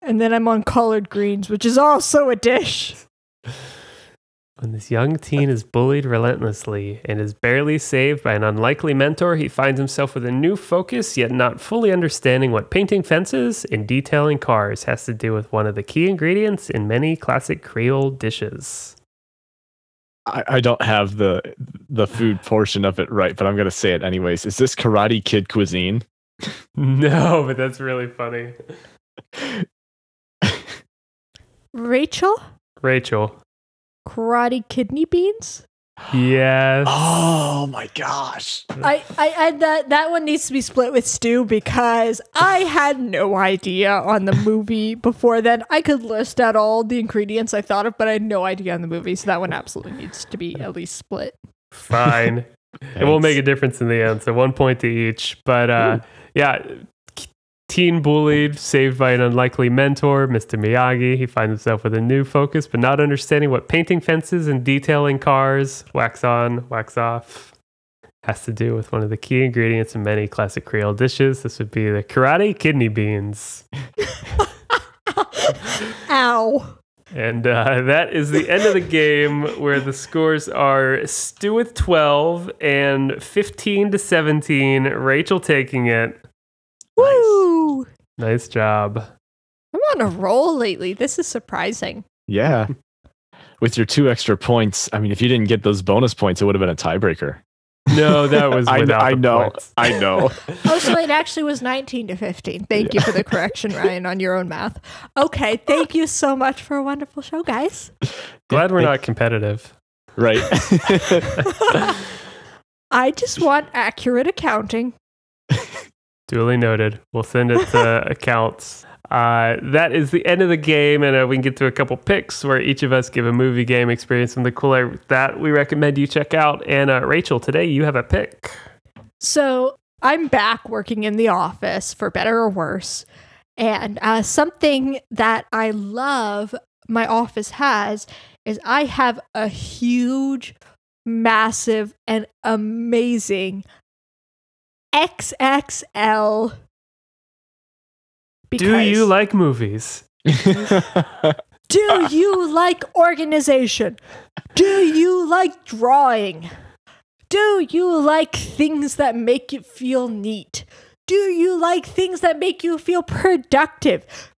B: and then I'm on collard greens, which is also a dish.
C: When this young teen is bullied relentlessly and is barely saved by an unlikely mentor, he finds himself with a new focus, yet not fully understanding what painting fences and detailing cars has to do with one of the key ingredients in many classic Creole dishes.
A: I, I don't have the the food portion of it right, but I'm gonna say it anyways. Is this Karate Kid cuisine?
C: No, but that's really funny.
B: Rachel,
C: Rachel.
B: karate kidney beans.
C: Yes.
A: Oh my gosh!
B: I, I, I that that one needs to be split with Stu because I had no idea on the movie before then. I could list out all the ingredients I thought of, but I had no idea on the movie, so that one absolutely needs to be at least split.
C: Fine. it will make a difference in the end. So one point to each. But uh, yeah, teen bullied, saved by an unlikely mentor, Mr. Miyagi. He finds himself with a new focus, but not understanding what painting fences and detailing cars, wax on, wax off, has to do with one of the key ingredients in many classic Creole dishes. This would be the karate kidney beans.
B: Ow.
C: And uh, that is the end of the game where the scores are Stu with 12 and 15 to 17. Rachel taking it.
B: Woo!
C: Nice job.
B: I'm on a roll lately. This is surprising.
A: Yeah, with your two extra points. I mean, if you didn't get those bonus points, it would have been a tiebreaker.
C: No, that was
A: I, kn-
C: without
A: I
C: the
A: know,
C: points.
A: I know.
B: Oh, so it actually was 19 to 15. Thank you for the correction, Ryan, on your own math. Okay, thank you so much for a wonderful show, guys.
C: Glad we're not competitive.
A: right.
B: I just want accurate accounting.
C: Duly noted. We'll send it to accounts. Uh, that is the end of the game, and uh, we can get to a couple picks where each of us give a movie game experience from the cooler that we recommend you check out. And uh, Rachel, today you have a pick.
B: So I'm back working in the office for better or worse. And uh, something that I love my office has is I have a huge, massive, and amazing XXL.
C: Do you
B: because-
C: like movies?
B: Do you like organization? Do you like drawing? Do you like things that make you feel neat? Do you like things that make you feel productive?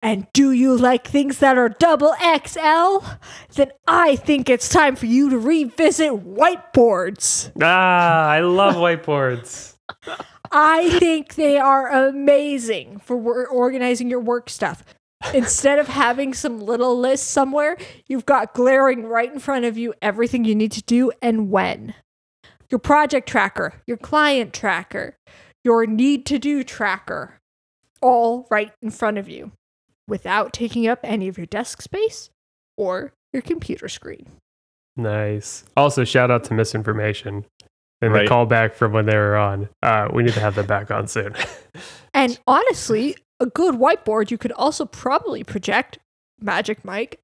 B: And do you like things that are double XL? Then I think it's time for you to revisit whiteboards.
C: Ah, I love whiteboards.
B: I think they are amazing for wor- organizing your work stuff. Instead of having some little list somewhere, you've got glaring right in front of you everything you need to do and when. Your project tracker, your client tracker, your need to do tracker, all right in front of you without taking up any of your desk space or your computer screen.
C: Nice. Also, shout out to misinformation and
A: Right.
C: the callback from when they were on. Uh, we need to have them back on soon.
B: And honestly, a good whiteboard, you could also probably project Magic Mike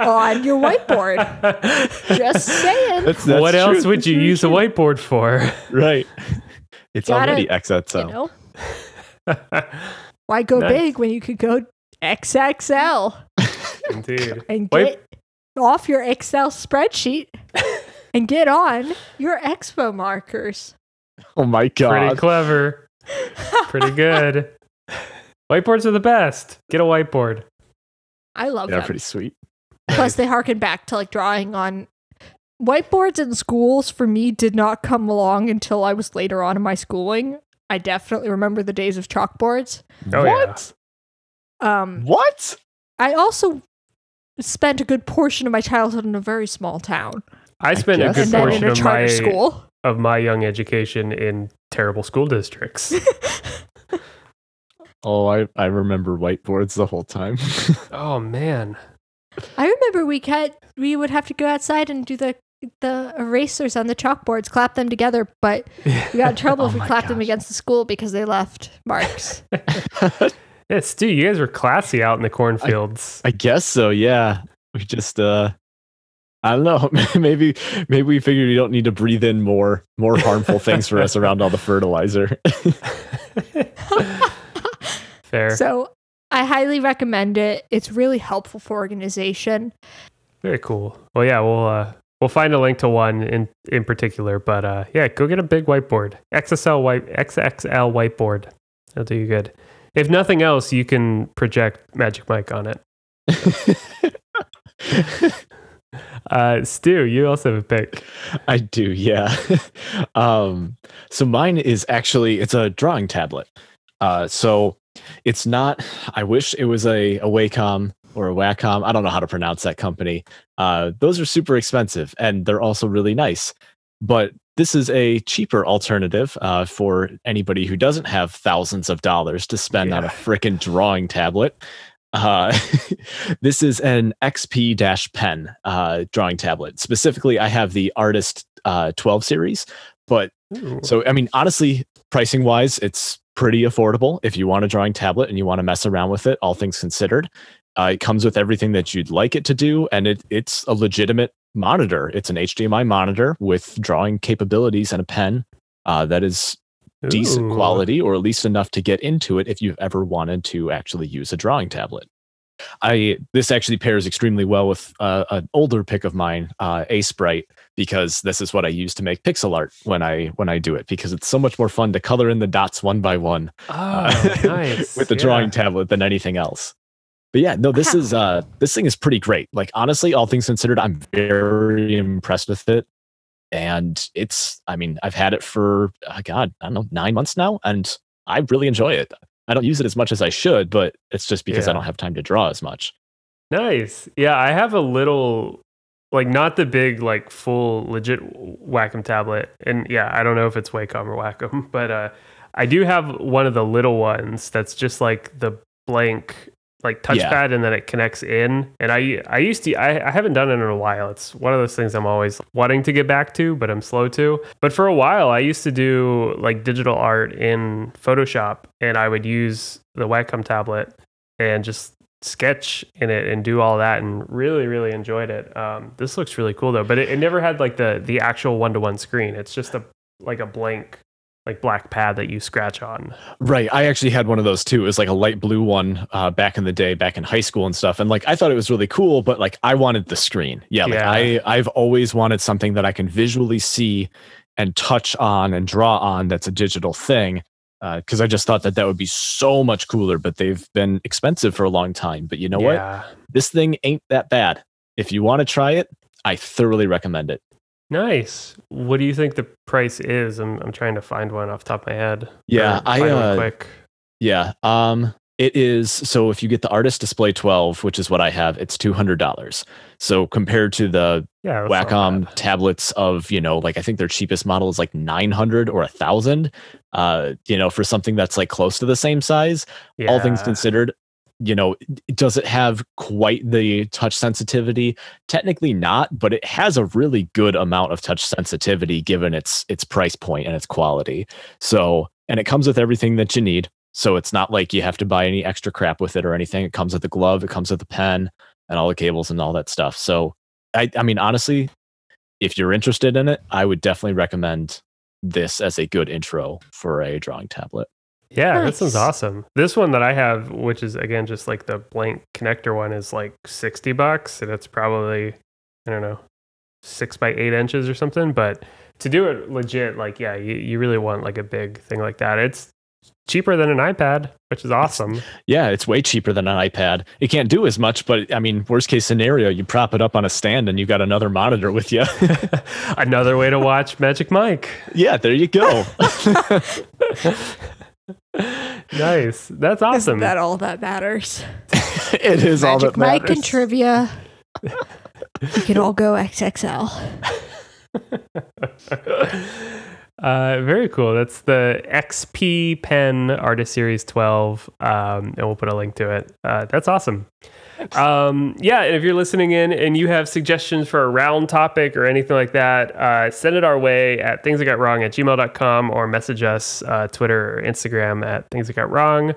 B: on your whiteboard. Just saying.
A: That's- that's
C: what
A: true.
C: else would
A: That's
C: you
A: very
C: use a
A: true.
C: whiteboard for?
A: Right. It's
B: Gotta-
A: already XXL.
B: You know, why go
C: Nice.
B: big when you could go XXL
C: Indeed.
B: and
C: White-
B: get off your Excel spreadsheet and get on your expo markers.
A: Oh my
C: Pretty
A: god.
C: clever. Pretty good. Whiteboards are the best. Get a whiteboard.
B: I love
A: Yeah,
B: them.
A: pretty sweet.
B: Plus, they harken back to like drawing on whiteboards in schools. For me, did not come along until I was later on in my schooling. I definitely remember the days of chalkboards.
C: Oh, yeah.
A: what?
B: Um,
A: What?
B: I also spent a good portion of my childhood in a very small town,
C: I spent a
A: guess
C: good
B: and then
C: portion
B: in a
C: of
B: charter
C: my
B: school.
C: of my young education in terrible school districts.
A: Oh, I, I remember whiteboards the whole time.
C: oh man.
B: I remember we had we would have to go outside and do the the erasers on the chalkboards, clap them together, but we got in trouble
A: Oh
B: if we
A: my
B: clapped them
A: gosh.
B: against the school because they left marks.
C: Yeah, Stu, you guys were classy out in the cornfields.
A: I guess so, yeah. We just uh I don't know. Maybe maybe we figured we don't need to breathe in more more harmful things for us around all the fertilizer.
C: Fair.
B: so I highly recommend it. It's really helpful for organization.
C: Very cool. Well, yeah, we'll uh, we'll find a link to one in in particular, but uh, yeah, go get a big whiteboard, XSL white XXL whiteboard. That'll do you good. If nothing else, you can project Magic Mike on it. Uh, Stu, you also have a pick.
A: I do, yeah. um, so mine is actually it's a drawing tablet. Uh, so it's not. I wish it was a a Wacom or a Wacom. I don't know how to pronounce that company. Uh, those are super expensive, and they're also really nice. But this is a cheaper alternative uh, for anybody who doesn't have thousands of dollars to spend on a
C: Yeah.
A: freaking drawing tablet. Uh, this is an XP pen uh, drawing tablet. Specifically, I have the Artist uh, 12 series. But
C: Ooh.
A: so, I mean, honestly, pricing wise, it's pretty affordable if you want a drawing tablet and you want to mess around with it, all things considered. Uh, it comes with everything that you'd like it to do, and it, it's a legitimate monitor. It's an HDMI monitor with drawing capabilities and a pen uh, that is decent
C: Ooh.
A: quality or at least enough to get into it if you've ever wanted to actually use a drawing tablet i this actually pairs extremely well with uh, an older pick of mine uh, a sprite because this is what i use to make pixel art when i when i do it because it's so much more fun to color in the dots one by one
C: Oh,
A: uh,
C: nice.
A: with the
C: Yeah.
A: drawing tablet than anything else but yeah no this is uh this thing is pretty great like honestly all things considered i'm very impressed with it and it's i mean i've had it for uh, god i don't know nine months now and i really enjoy it i don't use it as much as i should but it's just because
C: Yeah.
A: i don't have time to draw as much
C: Nice. Yeah, I have a little, like, not the big, like, full legit Wacom tablet. And yeah, I don't know if it's Wacom or Wacom, but uh, I do have one of the little ones that's just like the blank, like touchpad,
A: Yeah.
C: and then it connects in. And I, I used to, I, I haven't done it in a while. It's one of those things I'm always wanting to get back to, but I'm slow to. But for a while, I used to do like digital art in Photoshop, and I would use the Wacom tablet and just sketch in it and do all that and really really enjoyed it um, this looks really cool though but it, it never had like the the actual one-to-one screen it's just a like a blank like black pad that you scratch on
A: Right. I actually had one of those too. It was like a light blue one uh, back in the day, back in high school and stuff. And like I thought it was really cool, but like I wanted the screen. Yeah. Like
C: Yeah.
A: I I've always wanted something that I can visually see and touch on and draw on. That's a digital thing. Because I just thought that that would be so much cooler, but they've been expensive for a long time. But you know what?
C: yeah
A: This thing ain't that bad. If you want to try it, I thoroughly recommend it.
C: nice what do you think the price is i'm, I'm trying to find one off the top of my head
A: Yeah,
C: Or
A: I,
C: find one
A: uh,
C: quick
A: Yeah. Um it is so if you get the artist display 12, which is what I have, it's $200. So compared to the
C: yeah that's not
A: Wacom
C: bad.
A: tablets of, you know, like I think their cheapest model is like 900 or 1000, uh, you know, for something that's like close to the same size, all things
C: Yeah.
A: considered, you know, it- does it have quite the touch sensitivity? Technically not, but it has a really good amount of touch sensitivity given its its price point and its quality. So, and it comes with everything that you need. So it's not like you have to buy any extra crap with it or anything. It comes with the glove, it comes with the pen and all the cables and all that stuff. So, I I mean honestly, if you're interested in it, I would definitely recommend this as a good intro for a drawing tablet.
C: Yeah, that sounds
B: Nice.
C: awesome. This one that I have, which is again just like the blank connector one, is like sixty bucks, and it's probably I don't know six by eight inches or something. But to do it legit, like yeah, you, you really want like a big thing like that. It's cheaper than an iPad, which is awesome.
A: Yeah, it's way cheaper than an iPad. It can't do as much, but I mean, worst case scenario, you prop it up on a stand and you've got another monitor with you.
C: Another way to watch Magic Mike.
A: yeah, there you go.
C: nice.
B: Isn't
C: That's awesome.
B: that all that matters?
A: it is all that
B: Mike
A: matters.
B: and trivia. we can all go XXL.
C: uh, very cool. That's the XP Pen Artist Series 12, um, and we'll put a link to it. Uh, that's awesome. Um, yeah, and if you're listening in and you have suggestions for a round topic or anything like that, uh, send it our way at things that got wrong at gmail.com or message us uh, Twitter or Instagram at things that got wrong.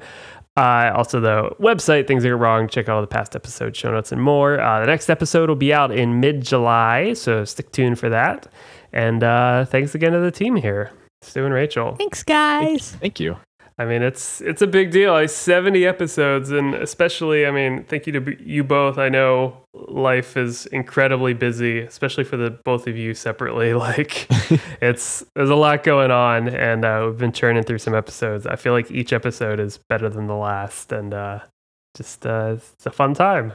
C: Uh, also, the website, Things That Go Wrong, check out all the past episodes, show notes, and more. Uh, the next episode will be out in mid July, so stick tuned for that. And uh, thanks again to the team here, Stu and Rachel.
B: Thanks, guys.
A: Thank you.
C: I mean, it's it's a big deal. Like seventy episodes, and especially, I mean, thank you to b- you both. I know life is incredibly busy, especially for the both of you separately. Like, it's there's a lot going on, and uh, we've been churning through some episodes. I feel like each episode is better than the last, and uh, just uh, it's a fun time.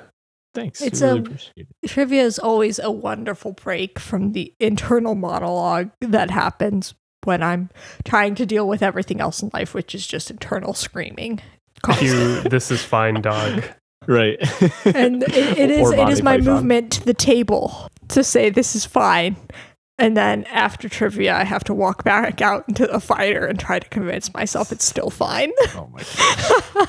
A: Thanks.
B: It's um,
A: We really
B: a-
A: appreciate it.
B: Trivia is always a wonderful break from the internal monologue that happens when I'm trying to deal with everything else in life, which is just internal screaming.
C: Cue this is fine, dog.
A: right.
B: and it, it is
A: Or
B: it
A: Monty
B: is my
A: Python.
B: movement to the table to say this is fine and then after trivia i have to walk back out into the fire and try to convince myself it's still fine
A: Oh my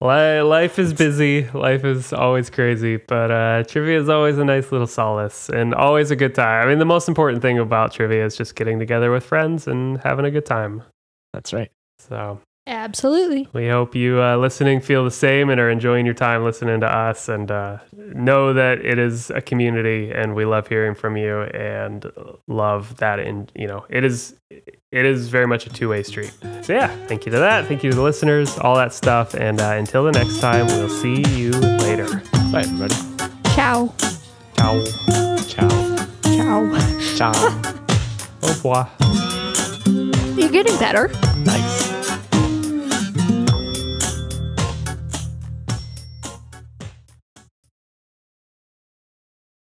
C: Li- Life is busy. Life is always crazy, but uh, trivia is always a nice little solace and always a good time. I mean, the most important thing about trivia is just getting together with friends and having a good time.
A: That's right.
C: So
B: absolutely
C: we hope you uh, listening feel the same and are enjoying your time listening to us and uh, know that it is a community and we love hearing from you and love that. And, you know, it is. It is very much a two way street. So, yeah, thank you to that. Thank you to the listeners, all that stuff. And uh, until the next time, we'll see you later.
A: Bye, everybody.
B: ciao
C: Ciao.
A: Ciao.
B: ciao
A: Ciao.
C: Au revoir.
B: you're getting better